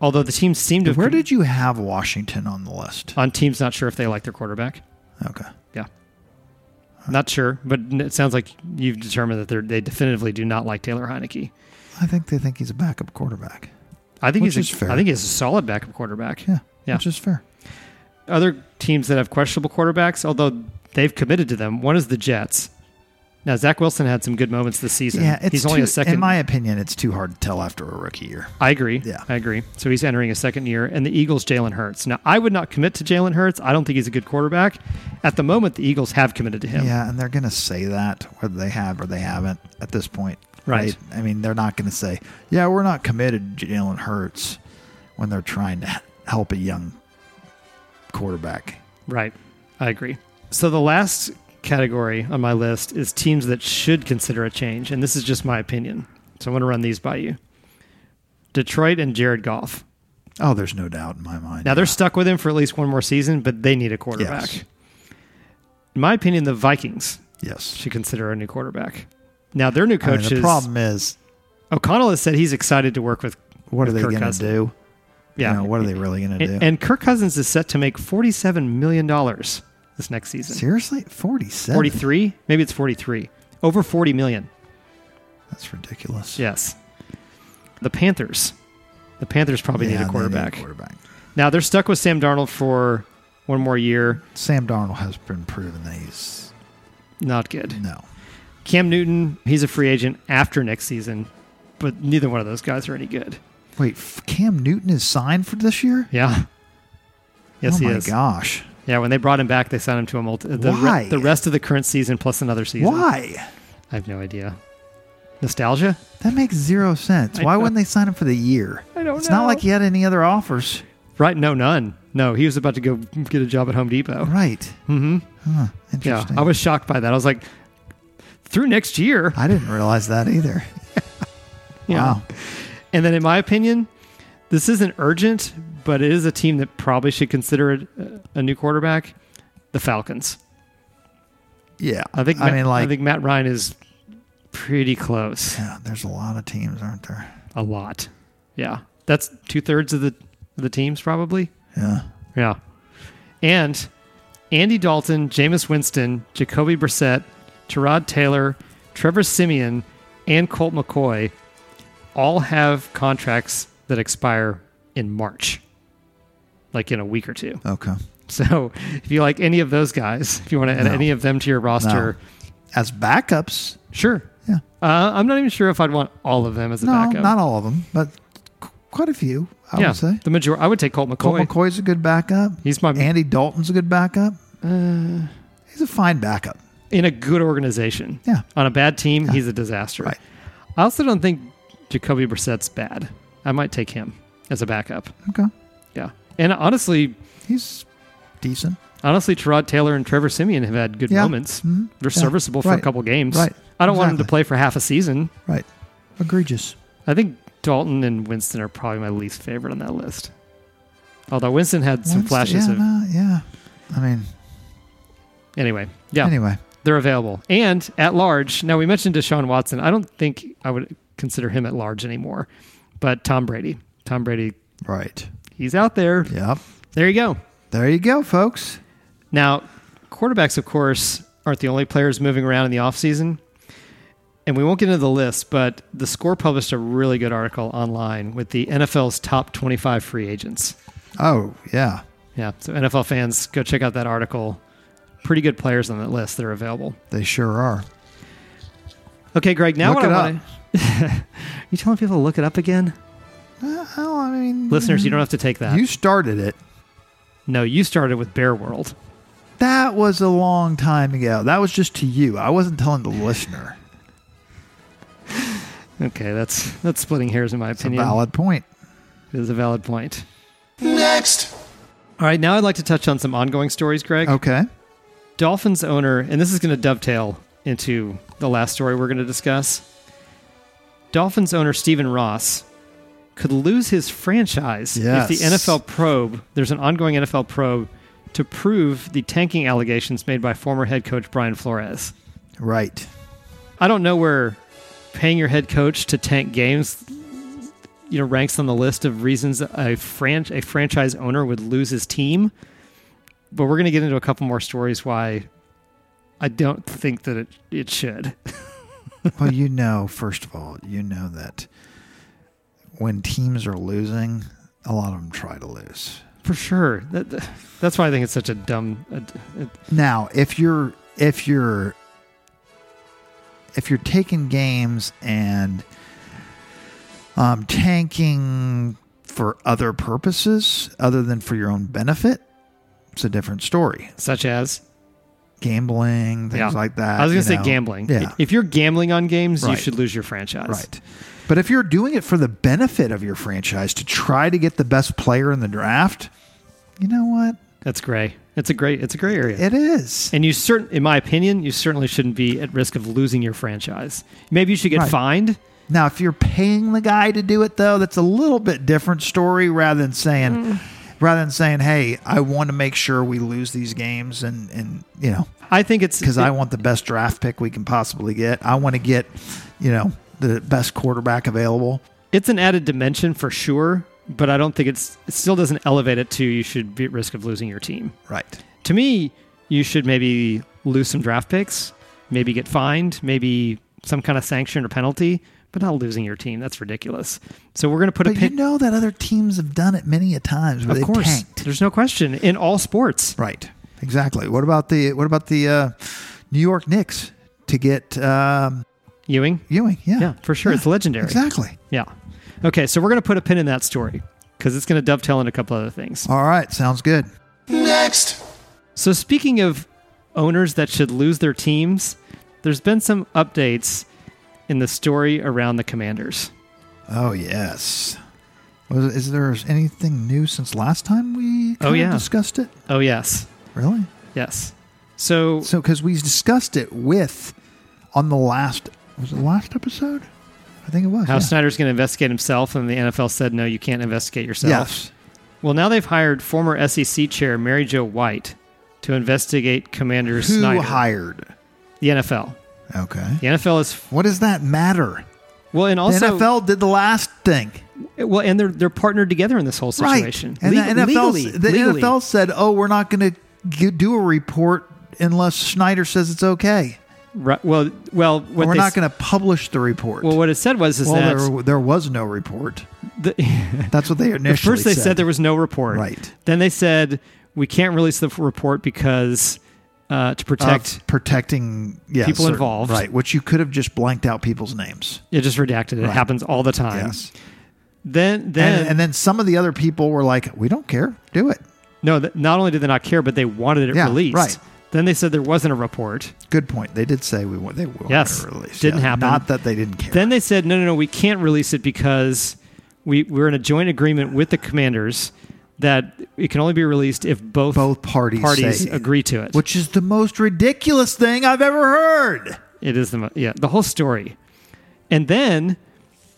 although the teams seem to have
Where
con-
did you have Washington on the list?
on teams not sure if they like their quarterback.
Okay.
Yeah. Not sure, but it sounds like you've determined that they they definitively do not like Taylor Heineke.
I think they think he's a backup quarterback.
I think
Which
he's
is
a,
fair.
I think he's a solid backup quarterback.
Yeah.
Yeah.
Which is fair.
other teams that have questionable quarterbacks, although they've committed to them. One is the Jets. Now Zach Wilson had some good moments this season.
Yeah. It's
he's only
too-
a second.
In my opinion, it's too hard to tell after a rookie year.
I agree.
Yeah.
I agree. So he's entering a second year, and the Eagles, Jalen Hurts. Now I would not commit to Jalen Hurts. I don't think he's a good quarterback. At the moment, the Eagles have committed to him.
Yeah, and they're going to say that whether they have or they haven't at this point.
Right.
I mean, they're not going to say, "Yeah, we're not committed to Jalen Hurts," when they're trying to help a young quarterback.
Right. I agree. So the last category on my list is teams that should consider a change, and this is just my opinion. So I'm going to run these by you. Detroit and Jared Goff.
Oh, there's no doubt in my mind.
Now they're stuck with him for at least one more season, but they need a quarterback.
Yes.
In my opinion, the Vikings
yes.
should consider a new quarterback. Now their new
I mean,
coach
the
is
problem is,
O'Connell has said he's excited to work with.
what are
with
they
Kirk
going to
Cousins.
do?
Yeah,
You know, what are they really going to do?
And, and Kirk Cousins is set to make forty-seven million dollars this next season.
Seriously, forty-seven.
Forty-three, maybe it's forty-three, over forty million.
That's ridiculous.
Yes. The Panthers. The Panthers probably need
Yeah, they
a quarterback.
quarterback.
Now they're stuck with Sam Darnold for one more year.
Sam Darnold has been proven that he's
Not good.
no.
Cam Newton, he's a free agent after next season, but neither one of those guys are any good.
Wait, F- Cam Newton is signed for this year?
Yeah. Yes,
oh
he
my
is.
gosh.
Yeah, when they brought him back, they signed him to a multi. The, re-
Why?
the rest of the current season plus another season.
Why?
I have no idea. Nostalgia?
That makes zero sense.
I
Why
know.
wouldn't they sign him for the year?
I don't
It's
know.
not like he had any other offers.
Right? No, none. No, he was about to go get a job at Home Depot.
Right.
Mm-hmm. Yeah,
Huh. Interesting.
I was shocked by that. I was like, through next year.
I didn't realize that either.
Yeah.
Wow.
And then, in my opinion, this isn't urgent, but it is a team that probably should consider it uh, a new quarterback. The Falcons.
Yeah.
I think.
I
Matt,
mean, like,
I think Matt Ryan is pretty close.
yeah, there's a lot of teams, aren't there?
A lot. Yeah, that's two thirds of the of the teams probably.
Yeah.
Yeah, and Andy Dalton, Jameis Winston, Jacoby Brissett, Terod Taylor, Trevor Simeon, and Colt McCoy all have contracts that expire in March, like in a week or two.
Okay.
So if you like any of those guys, if you want to add
No.
any of them to your roster,
As backups,
sure.
yeah.
Uh, I'm not even sure if I'd want all of them as a
No,
backup.
not all of them, but qu- quite a few, I
yeah, Mm-hmm.
would say.
the majority. I would take Colt McCoy.
Colt McCoy's a good backup.
He's my
Andy Dalton's a good backup.
Uh.
he's a fine backup.
in a good organization.
Yeah.
On a bad team, he's a disaster.
Right.
I also don't think Jacoby Brissett's bad. I might take him as a backup.
Okay.
Yeah. And honestly,
He's decent.
honestly, Terod Taylor and Trevor Simeon have had good
Yeah.
moments.
Mhm.
They're
Yeah.
serviceable for a
Right.
couple games.
Right.
I don't want him to
Exactly.
play for half a season.
Right. Egregious.
I think Dalton and Winston are probably my least favorite on that list. Although Winston had some
Once-
flashes
Yeah,
of
no, yeah. I mean,
anyway. Yeah.
anyway.
They're available. And at large, now we mentioned Deshaun Watson. I don't think I would consider him at large anymore, but Tom Brady. Tom Brady,
Right.
he's out there.
Yep.
There you go.
There you go, folks.
Now, quarterbacks, of course, aren't the only players moving around in the offseason. And we won't get into the list, but the score published a really good article online with the NFL's top 25 free agents.
Oh, yeah.
Yeah. So, NFL fans, go check out that article. Pretty good players on that list that are available.
They sure are.
Okay, Greg, now
Look
what
it
I
up.
want you telling people to look it up again?
Well, I mean,
Listeners, you don't have to take that.
you started it.
no, you started with Bear World.
That was a long time ago. That was just to you. I wasn't telling the listener.
Okay, that's that's splitting hairs in my
It's a
opinion.
valid point.
It is a valid point.
Next.
All right, now I'd like to touch on some ongoing stories, Greg.
Okay.
Dolphins owner, and this is going to dovetail into the last story we're going to discuss. Dolphins owner Stephen Ross could lose his franchise
Yes.
if the NFL probe, there's an ongoing NFL probe to prove the tanking allegations made by former head coach Brian Flores.
Right.
I don't know where paying your head coach to tank games, you know, ranks on the list of reasons a fran- a franchise owner would lose his team. But we're going to get into a couple more stories why I don't think that it, it should.
well, you know, first of all, you know that when teams are losing, a lot of them try to lose.
For sure. That, that- that's why I think it's such a dumb. A, a-
Now, if you're if you're if you're taking games and um, tanking for other purposes other than for your own benefit, it's a different story.
such as.
Gambling, things
Yeah.
like that.
I was
you
going to say
know.
gambling.
Yeah,
If you're gambling on games, you
Right.
should lose your franchise.
right. But if you're doing it for the benefit of your franchise to try to get the best player in the draft, you know what?
That's gray. It's a gray. It's a gray area.
It is.
And you certain, in my opinion, you certainly shouldn't be at risk of losing your franchise. Maybe you should get
Right.
fined.
Now, if you're paying the guy to do it, though, that's a little bit different story. Rather than saying, rather than saying, "Hey, I want to make sure we lose these games," and and you know,
I think it's
because I want the best draft pick we can possibly get. I want to get, you know, the best quarterback available.
it's an added dimension for sure, but I don't think it's it still doesn't elevate it to you should be at risk of losing your team.
Right.
To me, you should maybe lose some draft picks, maybe get fined, maybe some kind of sanction or penalty, but not losing your team. That's ridiculous. So we're going to put
But
a
you
pin.
know that other teams have done it many a times. Where
of
they
course,
tanked.
there's no question in all sports.
Right. Exactly. What about the what about the uh, New York Knicks to get um,
Ewing,
Ewing? Yeah.
yeah, for sure,
Yeah.
it's legendary.
Exactly.
Yeah. Okay, so we're going to put a pin in that story because it's going to dovetail into a couple other things.
All right. Sounds good.
Next.
So, speaking of owners that should lose their teams, there's been some updates in the story around the commanders.
Oh yes. Was, is there anything new since last time we
Oh,
kinda
yeah.
discussed it?
Oh, yes.
Really?
Yes. So,
So because we discussed it with on the last was it the last episode? I think it was.
how
yeah.
Snyder's going to investigate himself, and the NFL said, no, you can't investigate yourself.
Yes.
Well, now they've hired former SEC chair Mary Jo White to investigate Commander
Who
Snyder.
hired?
the NFL.
Okay.
The NFL is
What does that matter?
well, and
The
also
NFL did the last thing,
Well, and they're they're partnered together in this whole
right?
situation.
And the
Leg-
NFL,
legally,
the
legally.
NFL said, "Oh, we're not going to do a report unless Schneider says it's okay.
Right, well, well, what
we're
they
not
s-
going to publish the report."
Well, what it said was is
Well,
that
there, there was no report.
the,
That's what they
at
initially
first they said. there was no report.
Right.
Then they said we can't release the f- report because uh, to
Of
protect
protecting yeah,
people
certain-
involved.
right? Which you could have just blanked out people's names.
it just redacted. It happens all the time.
Yes.
Then then
And, and then some of the other people were like, "We don't care. Do it.
no, th- not only did they not care, but they wanted it
Yeah,
released.
right.
Then they said there wasn't a report.
Good point. They did say we want they were
Yes.
released.
Didn't happen.
Not that they didn't care.
Then they said, no, no, no, we can't release it because we, we're in a joint agreement with the commanders that it can only be released if both,
Both parties say-
agree to it.
which is the most ridiculous thing I've ever heard.
it is the mo- yeah the whole story, and then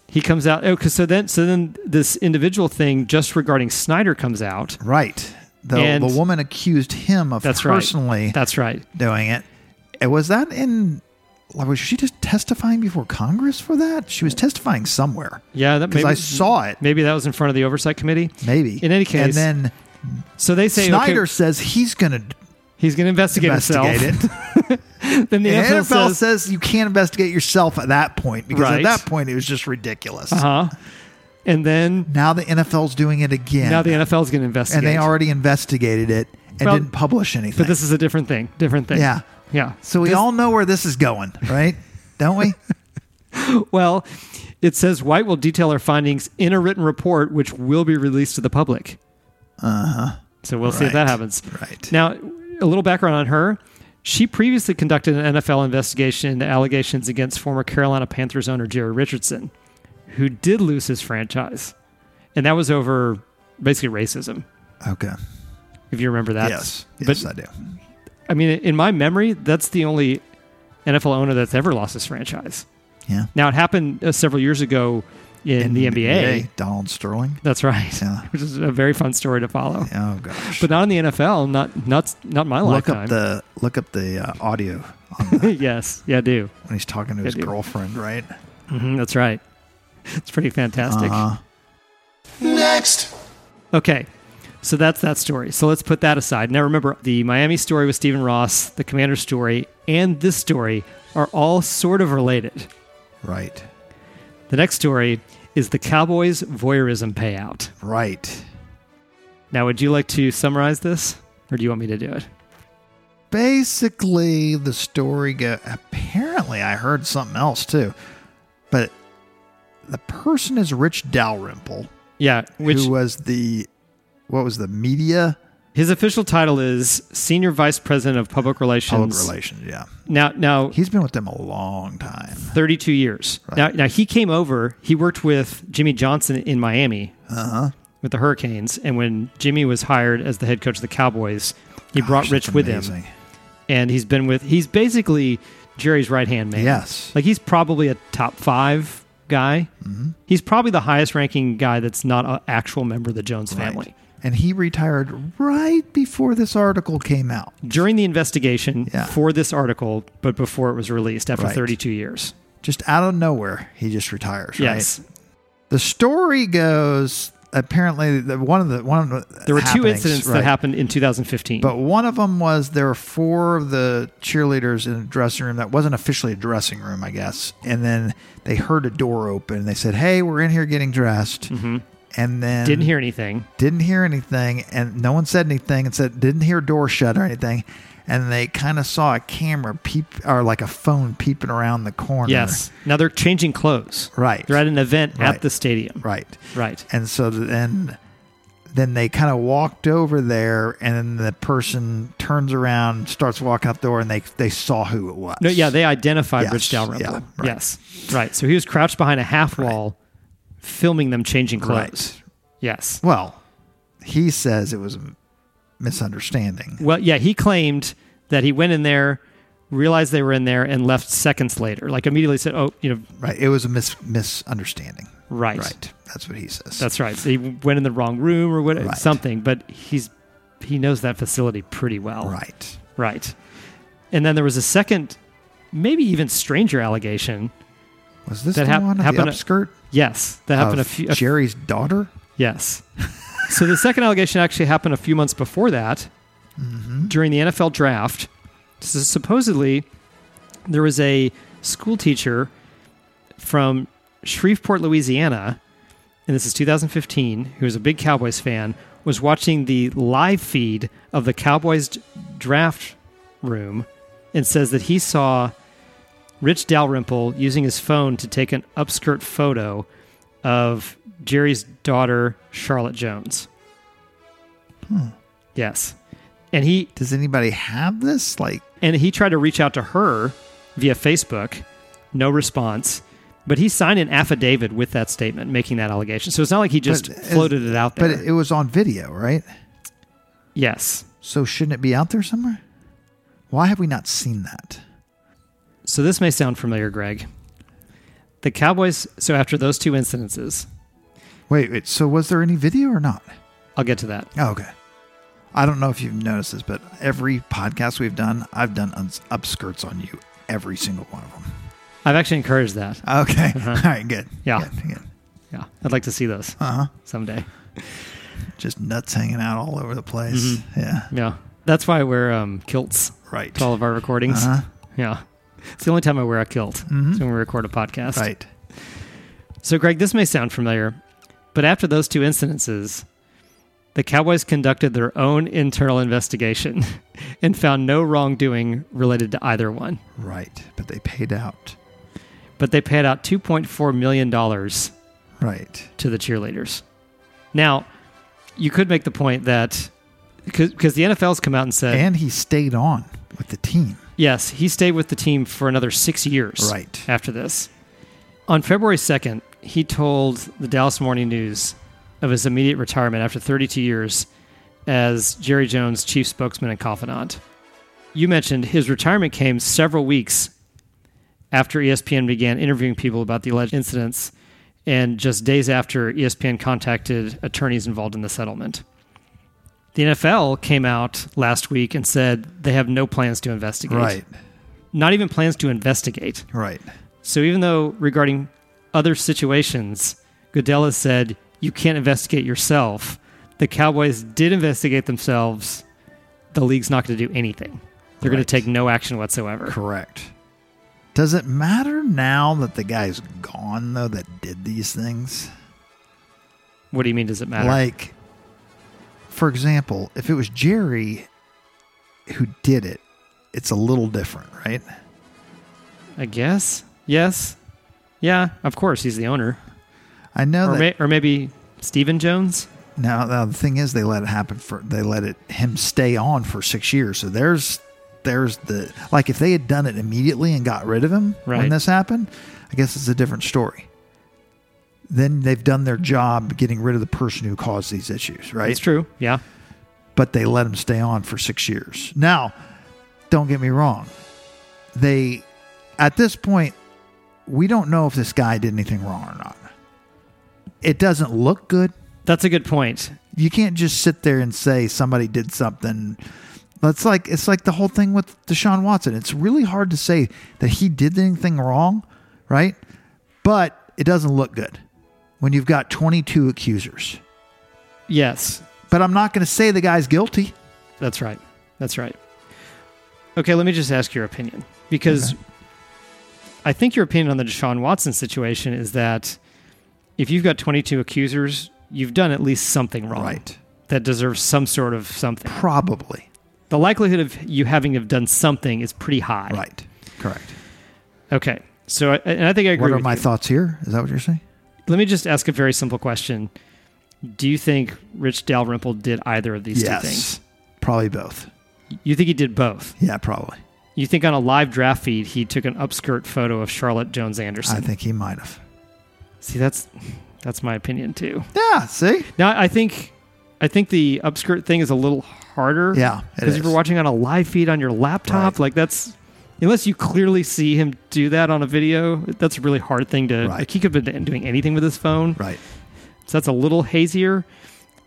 he comes out. Oh, 'cause so then so then this individual thing just regarding Snyder comes out.
Right. The,
And-
the woman accused him of
That's
personally
right. That's right.
doing it. And was that in? like, Was she just testifying before Congress for that? She was
Uh,
testifying somewhere.
Yeah, that
because
maybe
I saw it.
Maybe that was in front of the oversight committee.
Maybe
In any case,
and then
So they say
Snyder
okay,
says he's going to
he's going to investigate,
investigate
himself.
it.
then the
The
NFL,
NFL,
says,
says, you can't investigate yourself at that point because
Right.
at that point it was just ridiculous.
uh huh, and then
Now the NFL's doing it again.
now the NFL is going to investigate.
and they already investigated it and
Well,
didn't publish anything.
But this is a different thing. Different thing.
Yeah.
Yeah.
so we
This-
all know where this is going, right? Don't we?
well, it says White will detail her findings in a written report, which will be released to the public. Uh huh. So we'll see if that
Uh-huh. Right.
happens.
Right.
Now, a little background on her. She previously conducted an NFL investigation into allegations against former Carolina Panthers owner Jerry Richardson, who did lose his franchise. And that was over basically racism,
Okay.
if you remember that.
yes.
But
Yes, I do.
I mean, in my memory, that's the only NFL owner that's ever lost his franchise.
Yeah.
Now, it happened uh, several years ago in, the NBA.
Donald Sterling.
That's right.
Yeah.
Which is a very fun story to follow.
Oh gosh.
But not in the NFL, not not not in my
look
lifetime.
up the look up the uh, audio on the,
yes, yeah, I do.
when he's talking to his
do.
girlfriend, right?
hmm that's right. It's pretty fantastic.
Uh-huh.
Next.
Okay. So that's that story. So let's put that aside. Now remember, the Miami story with Stephen Ross, the Commander story, and this story are all sort of related.
Right.
The next story is the Cowboys voyeurism payout.
Right.
Now, would you like to summarize this, or do you want me to do it?
basically the story go apparently i heard something else too but the person is rich dalrymple
Yeah, which
who was the what was the media
his official title is senior vice president of public relations.
public relations yeah
Now, now
he's been with them a long time
32 years. Now, now he came over. He worked with Jimmy Johnson in Miami
Uh-huh.
with the Hurricanes, and when Jimmy was hired as the head coach of the Cowboys, he brought
Gosh,
Rich
that's
with him,
amazing.
and he's been with. He's basically Jerry's right hand man.
Yes.
like he's probably a top five guy.
Mm-hmm.
He's probably the highest ranking guy that's not an actual member of the Jones
Right.
family.
and he retired right before this article came out
during the investigation
Yeah.
for this article, but before it was released after
Right.
32 years.
just out of nowhere he just retires
Yes.
right the story goes apparently the, one of the one of the
There were two
happenings,
incidents that
right.
happened in 2015.
But one of them was there were four of the cheerleaders in a dressing room that wasn't officially a dressing room, I guess. And then they heard a door open. They said, "Hey, we're in here getting dressed." Mm-hmm. And then
didn't hear anything.
didn't hear anything, and no one said anything, and said didn't hear a door shut or anything. And they kind of saw a camera peep or like a phone peeping around the corner.
Yes. Now they're changing clothes.
Right.
They're at an event
Right.
at the stadium.
Right.
Right.
And so then then they kind of walked over there and then the person turns around, starts walking up the door and they they saw who it was.
No, yeah, they identified
Yes,
Rich Dalrymple.
yeah, right.
Yes. Right. So he was crouched behind a half wall, filming them changing clothes.
Right.
Yes.
Well, he says it was a misunderstanding.
Well, yeah, he claimed that he went in there, realized they were in there, and left seconds later. Like immediately said, "Oh, you know,
Right. It was a mis- misunderstanding.
right,
Right. That's what he says.
that's right." So he went in the wrong room or what,
Right.
something. But he's he knows that facility pretty well.
right.
Right. And then there was a second, maybe even stranger allegation.
Was this
That
the
hap-
one of the
happened-
upskirt
Yes, that
of
happened a few. a-
Jerry's daughter?
yes. so the second allegation actually happened a few months before that, during the NFL draft. So supposedly, there was a school teacher from Shreveport, Louisiana, and this is 2015, who was a big Cowboys fan, was watching the live feed of the Cowboys d- draft room and says that he saw Rich Dalrymple using his phone to take an upskirt photo of Jerry's daughter, Charlotte Jones.
Hmm.
Yes. And he
Does anybody have this? Like
and he tried to reach out to her via Facebook. No response. But he signed an affidavit with that statement, making that allegation. So it's not like he just
But is-
floated it out there.
but it was on video, right?
yes.
So shouldn't it be out there somewhere? Why have we not seen that?
So this may sound familiar, Greg. The Cowboys. So after those two incidences,
Wait, wait, so was there any video or not?
I'll get to that.
Oh, okay. I don't know if you've noticed this, but every podcast we've done, I've done uns- upskirts on you, every single one of them.
I've actually encouraged that.
Okay. All right, good.
Yeah.
Good, good.
Yeah, I'd like to see those someday.
Just nuts hanging out all over the place. Yeah.
Yeah, that's why I wear um, kilts
Right.
to all of our recordings.
Uh-huh.
Yeah, it's the only time I wear a kilt is when we record a podcast.
Mm-hmm. Right.
So, Greg, this may sound familiar, but after those two incidences, the Cowboys conducted their own internal investigation and found no wrongdoing related to either one.
Right. But they paid out.
But they paid out two point four million dollars
Right.
to the cheerleaders. Now, you could make the point that because the NFL's come out and said,
And he stayed on with the team.
yes, he stayed with the team for another six years
Right.
after this. On February 2nd, he told the Dallas Morning News of his immediate retirement after 32 years as Jerry Jones' chief spokesman and confidant. You mentioned his retirement came several weeks after E ESPN began interviewing people about the alleged incidents, and just days after E ESPN contacted attorneys involved in the settlement. The NFL came out last week and said they have no plans to investigate.
Right.
Not even plans to investigate.
Right.
So even though regarding other situations, Goodell has said you can't investigate yourself, the Cowboys did investigate themselves. The league's not going to do anything. They're going
Right.
to take no action whatsoever.
Correct. Does it matter now that the guy's gone though that did these things?
What do you mean? Does it matter?
Like for example, if it was Jerry who did it, it's a little different, right?
I guess. Yes. Yeah. Of course, he's the owner,
I know
or,
that
may, or maybe Stephen Jones.
now, now the thing is they let it happen for they let it him stay on for 6 years. So there's there's the like if they had done it immediately and got rid of him when
Right.
this happened, I guess it's a different story. Then they've done their job getting rid of the person who caused these issues, right?
It's true. Yeah.
but they let him stay on for six years. Now, don't get me wrong. They, at this point, we don't know if this guy did anything wrong or not. It doesn't look good.
That's a good point.
You can't just sit there and say somebody did something. That's like it's like the whole thing with Deshaun Watson. It's really hard to say that he did anything wrong, right? But it doesn't look good when you've got 22 accusers.
Yes,
But I'm not going to say the guy's guilty.
that's right. That's right. Okay, let me just ask your opinion because I think your opinion on the Deshaun Watson situation is that if you've got 22 accusers, you've done at least something wrong
Right.
that deserves some sort of something.
Probably.
The likelihood of you having have done something is pretty high.
Right. Correct.
Okay. So, I, and I think I agree.
What are
with
my
you.
thoughts here? Is that what you're saying?
Let me just ask a very simple question. Do you think Rich Dalrymple did either of these two things?
Probably both.
You think he did both?
Yeah, probably.
You think on a live draft feed he took an upskirt photo of Charlotte Jones Anderson?
I think he might have.
See, that's that's my opinion too.
Yeah, see?
Now, I think I think the upskirt thing is a little harder.
Yeah, it
because if
is.
you're watching on a live feed on your laptop,
Right.
like that's unless you clearly see him do that on a video, that's a really hard thing to.
Right.
Like he could have been doing anything with his phone,
Right.
so that's a little hazier.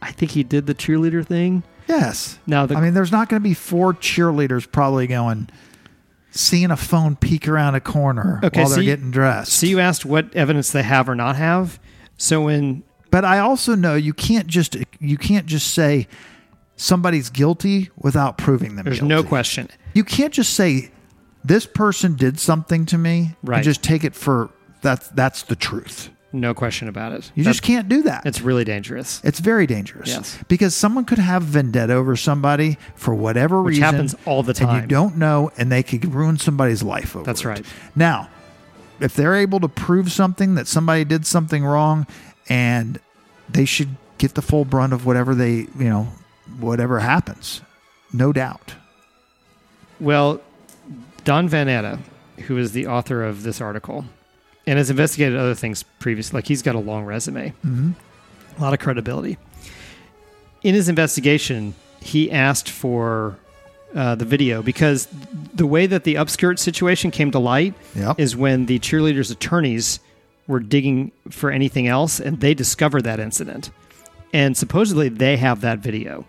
I think he did the cheerleader thing.
Yes.
Now the
I mean, there's not going to be four cheerleaders probably going, seeing a phone peek around a corner
Okay,
while
so
they're
you-
getting dressed.
so you asked what evidence they have or not have. So when
but I also know you can't just you can't just say somebody's guilty without proving them.
there's no
guilty.
question,
You can't just say this person did something to me
Right.
and just take it for that's that's the truth.
no question about it.
You
That's-
just can't do that.
It's really dangerous.
It's very dangerous.
Yes.
Because someone could have vendetta over somebody for whatever
Which
reason.
happens all the
And
time.
you don't know, and they could ruin somebody's life over
That's
it.
right.
Now, if they're able to prove something that somebody did something wrong and they should get the full brunt of whatever they, you know, whatever happens. No doubt.
Well, Don Van Atta, who is the author of this article, and has investigated other things previously, like he's got a long resume, mm-hmm. a lot of credibility. In his investigation, he asked for uh, the video because the way that the upskirt situation came to light
Yep.
is when the cheerleaders' attorneys were digging for anything else, and they discovered that incident. And supposedly they have that video,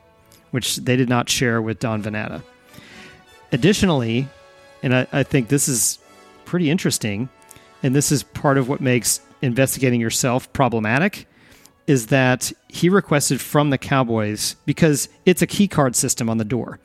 which they did not share with Don Vanatta. Additionally, and I, I think this is pretty interesting, and this is part of what makes investigating yourself problematic, is that he requested from the Cowboys because it's a key card system on the door.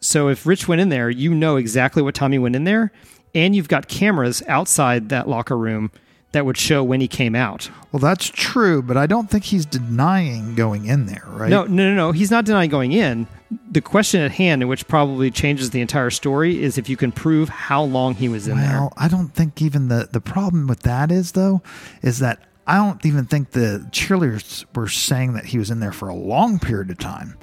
So if Rich went in there, you know exactly what time he went in there, and you've got cameras outside that locker room that would show when he came out.
Well, that's true, but I don't think he's denying going in there, right?
No, no, no, no. He's not denying going in. The question at hand, which probably changes the entire story, is if you can prove how long he was in there.
Well, I don't think even the the problem with that is though, is that I don't even think the cheerleaders were saying that he was in there for a long period of time.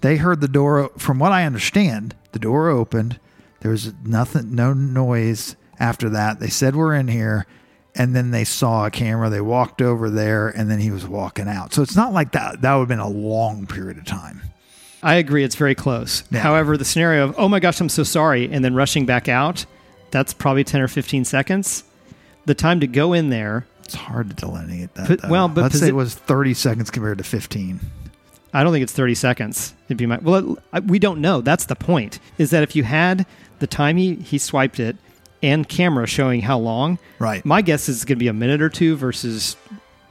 They heard the door. o- From what I understand, the door opened. There was nothing, no noise after that. They said we're in here, and then they saw a camera. They walked over there, and then he was walking out. So it's not like that. That would have been a long period of time.
I agree, it's very close.
Yeah.
However, the scenario of, oh my gosh, I'm so sorry, and then rushing back out, that's probably 10 or 15 seconds. The time to go in there,
It's hard to delineate that.
But-
though.
well, but
let's say
posi-
it was thirty seconds compared to fifteen.
I don't think it's 30 seconds. It'd be my well. I, we don't know. That's the point. Is that if you had the time he he swiped it and camera showing how long,
Right.
My guess is it's going to be a minute or two versus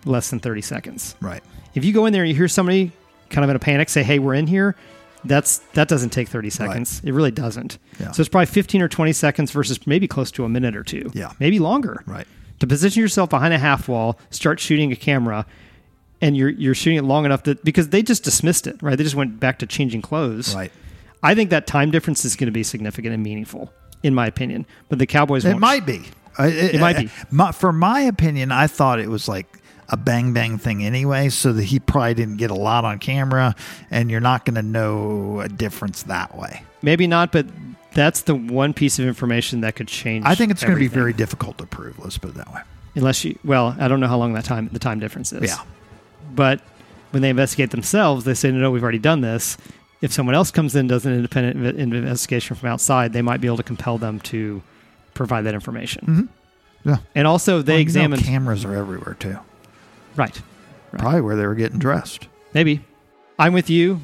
less than 30 seconds.
Right.
If you go in there and you hear somebody kind of in a panic say, "Hey, we're in here," that's that doesn't take 30 seconds. It really doesn't.
Yeah.
So it's probably 15 or 20 seconds versus maybe close to a minute or two.
Yeah.
Maybe longer
Right.
to position yourself behind a half wall, start shooting a camera, and you're you're shooting it long enough that because they just dismissed it, right? They just went back to changing clothes.
Right.
I think that time difference is going to be significant and meaningful, in my opinion. But the Cowboys
It
won't.
might be. I- It, uh,
might be.
My, for my opinion, I thought it was like a bang bang thing anyway, so that he probably didn't get a lot on camera, and you're not going to know a difference that way.
Maybe not, but that's the one piece of information that could change.
I think it's going to be
everything.
very difficult to prove. Let's put it that way.
unless you. Well, I don't know how long that time the time difference is.
Yeah.
but when they investigate themselves, they say, no, no, we've already done this. If someone else comes in, does an independent inve- investigation from outside, they might be able to compel them to provide that information.
Yeah.
And also, they
Well, you know
examined.
cameras are everywhere too.
right.
Probably where they were getting dressed.
Maybe. I'm with you.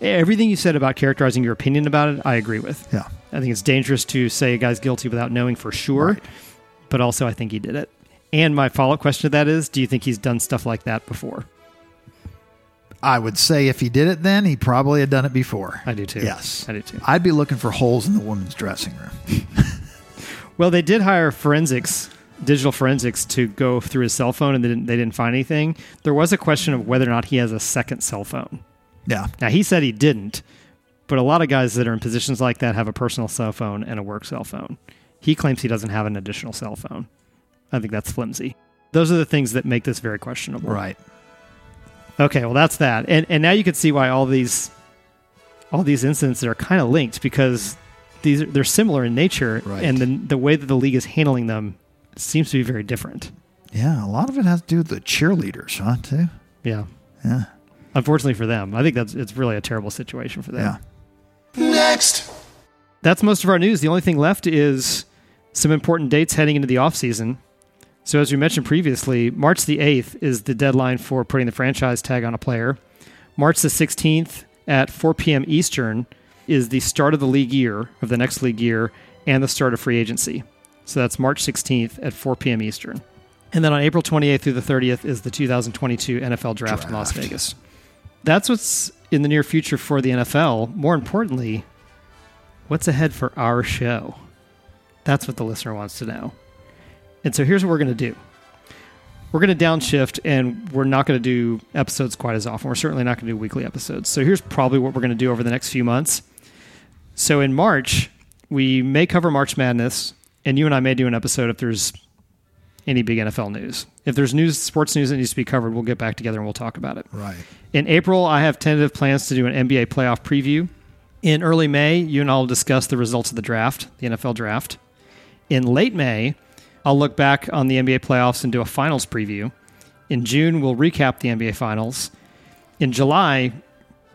E-, Everything you said about characterizing your opinion about it, I agree with.
Yeah.
I think it's dangerous to say a guy's guilty without knowing for sure,
Right.
but also I think he did it. And my follow up question to that is do you think he's done stuff like that before?
I would say if he did it then, he probably had done it before.
I do too.
Yes.
I do too.
I'd be looking for holes in the women's dressing room.
Well, they did hire forensics, digital forensics, to go through his cell phone, and they didn't, they didn't find anything. There was a question of whether or not he has a second cell phone.
Yeah.
Now, he said he didn't, but a lot of guys that are in positions like that have a personal cell phone and a work cell phone. He claims he doesn't have an additional cell phone. I think that's flimsy. Those are the things that make this very questionable.
Right.
Okay, well that's that. And and now you can see why all these all these incidents are kind of linked because these are, they're similar in nature
Right.
and the the way that the league is handling them seems to be very different.
Yeah. A lot of it has to do with the cheerleaders, huh? Too.
Yeah.
Yeah.
Unfortunately for them. I think that's it's really a terrible situation for them.
Yeah.
Next.
That's most of our news. The only thing left is some important dates heading into the off season. So as we mentioned previously, March the 8th is the deadline for putting the franchise tag on a player. March the 16th at 4 p.m. Eastern is the start of the league year, of the next league year, and the start of free agency. So that's March 16th at 4 p.m. Eastern. And then on April 28th through the 30th is the 2022 NFL draft. in Las
Draft.
Vegas. That's what's in the near future for the NFL. More importantly, what's ahead for our show? That's what the listener wants to know. And so here's what we're going to do we're going to downshift and we're not going to do episodes quite as often. We're certainly not going to do weekly episodes. So here's probably what we're going to do over the next few months. So in March, we may cover March Madness, and you and I may do an episode if there's any big NFL news. If there's news, sports news that needs to be covered, we'll get back together and we'll talk about it.
Right.
In April, I have tentative plans to do an NBA playoff preview. In early May, you and I will discuss the results of the draft, the NFL draft. In late May, I'll look back on the NBA playoffs and do a finals preview. In June, we'll recap the NBA finals. In July,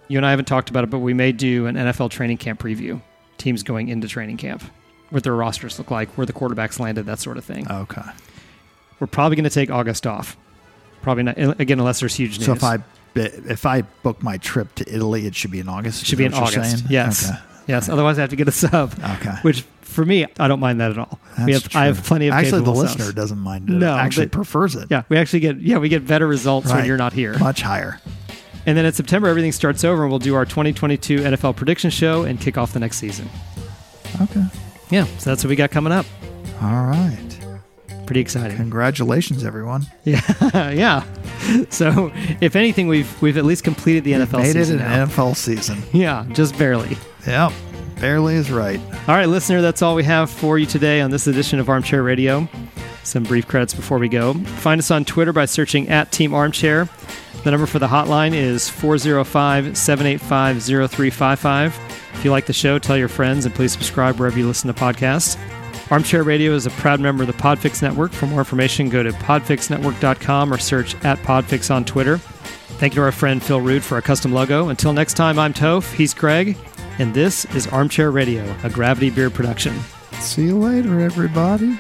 you and I haven't talked about it, but we may do an NFL training camp preview. Teams going into training camp, what their rosters look like, where the quarterbacks landed, that sort of thing.
Okay.
We're probably going to take August off. Probably not, again, unless there's huge news.
So if I if I book my trip to Italy, it should be in August.
Should be in
Is that what you're
August.
saying?
Yes.
Okay.
Yes. Otherwise, I have to get a sub.
Okay.
Which for me, I don't mind that at all. we
That's
have, I have
true.
plenty of
actually the
capable
listener
subs.
doesn't mind it.
No,
actually
but-
prefers it.
Yeah, we actually get yeah we get better results when
Right.
you're not here.
Much higher.
And then in September, everything starts over, and we'll do our 2022 NFL prediction show and kick off the next season.
Okay.
Yeah, so that's what we got coming up.
All right.
Pretty exciting.
Congratulations, everyone.
Yeah, yeah. So if anything, we've we've at least completed the NFL
Made it
season
an
now.
NFL season.
yeah, just barely.
Yep. Barely is right.
All right, listener, that's all we have for you today on this edition of Armchair Radio. Some brief credits before we go. Find us on Twitter by searching at Team Armchair. The number for the hotline is 405 785 0355. If you like the show, tell your friends and please subscribe wherever you listen to podcasts. Armchair Radio is a proud member of the Podfix Network. For more information, go to podfixnetwork.com or search at Podfix on Twitter. Thank you to our friend Phil Rude for our custom logo. Until next time, I'm Toph, he's Craig, and this is Armchair Radio, a Gravity Beer production.
See you later, everybody.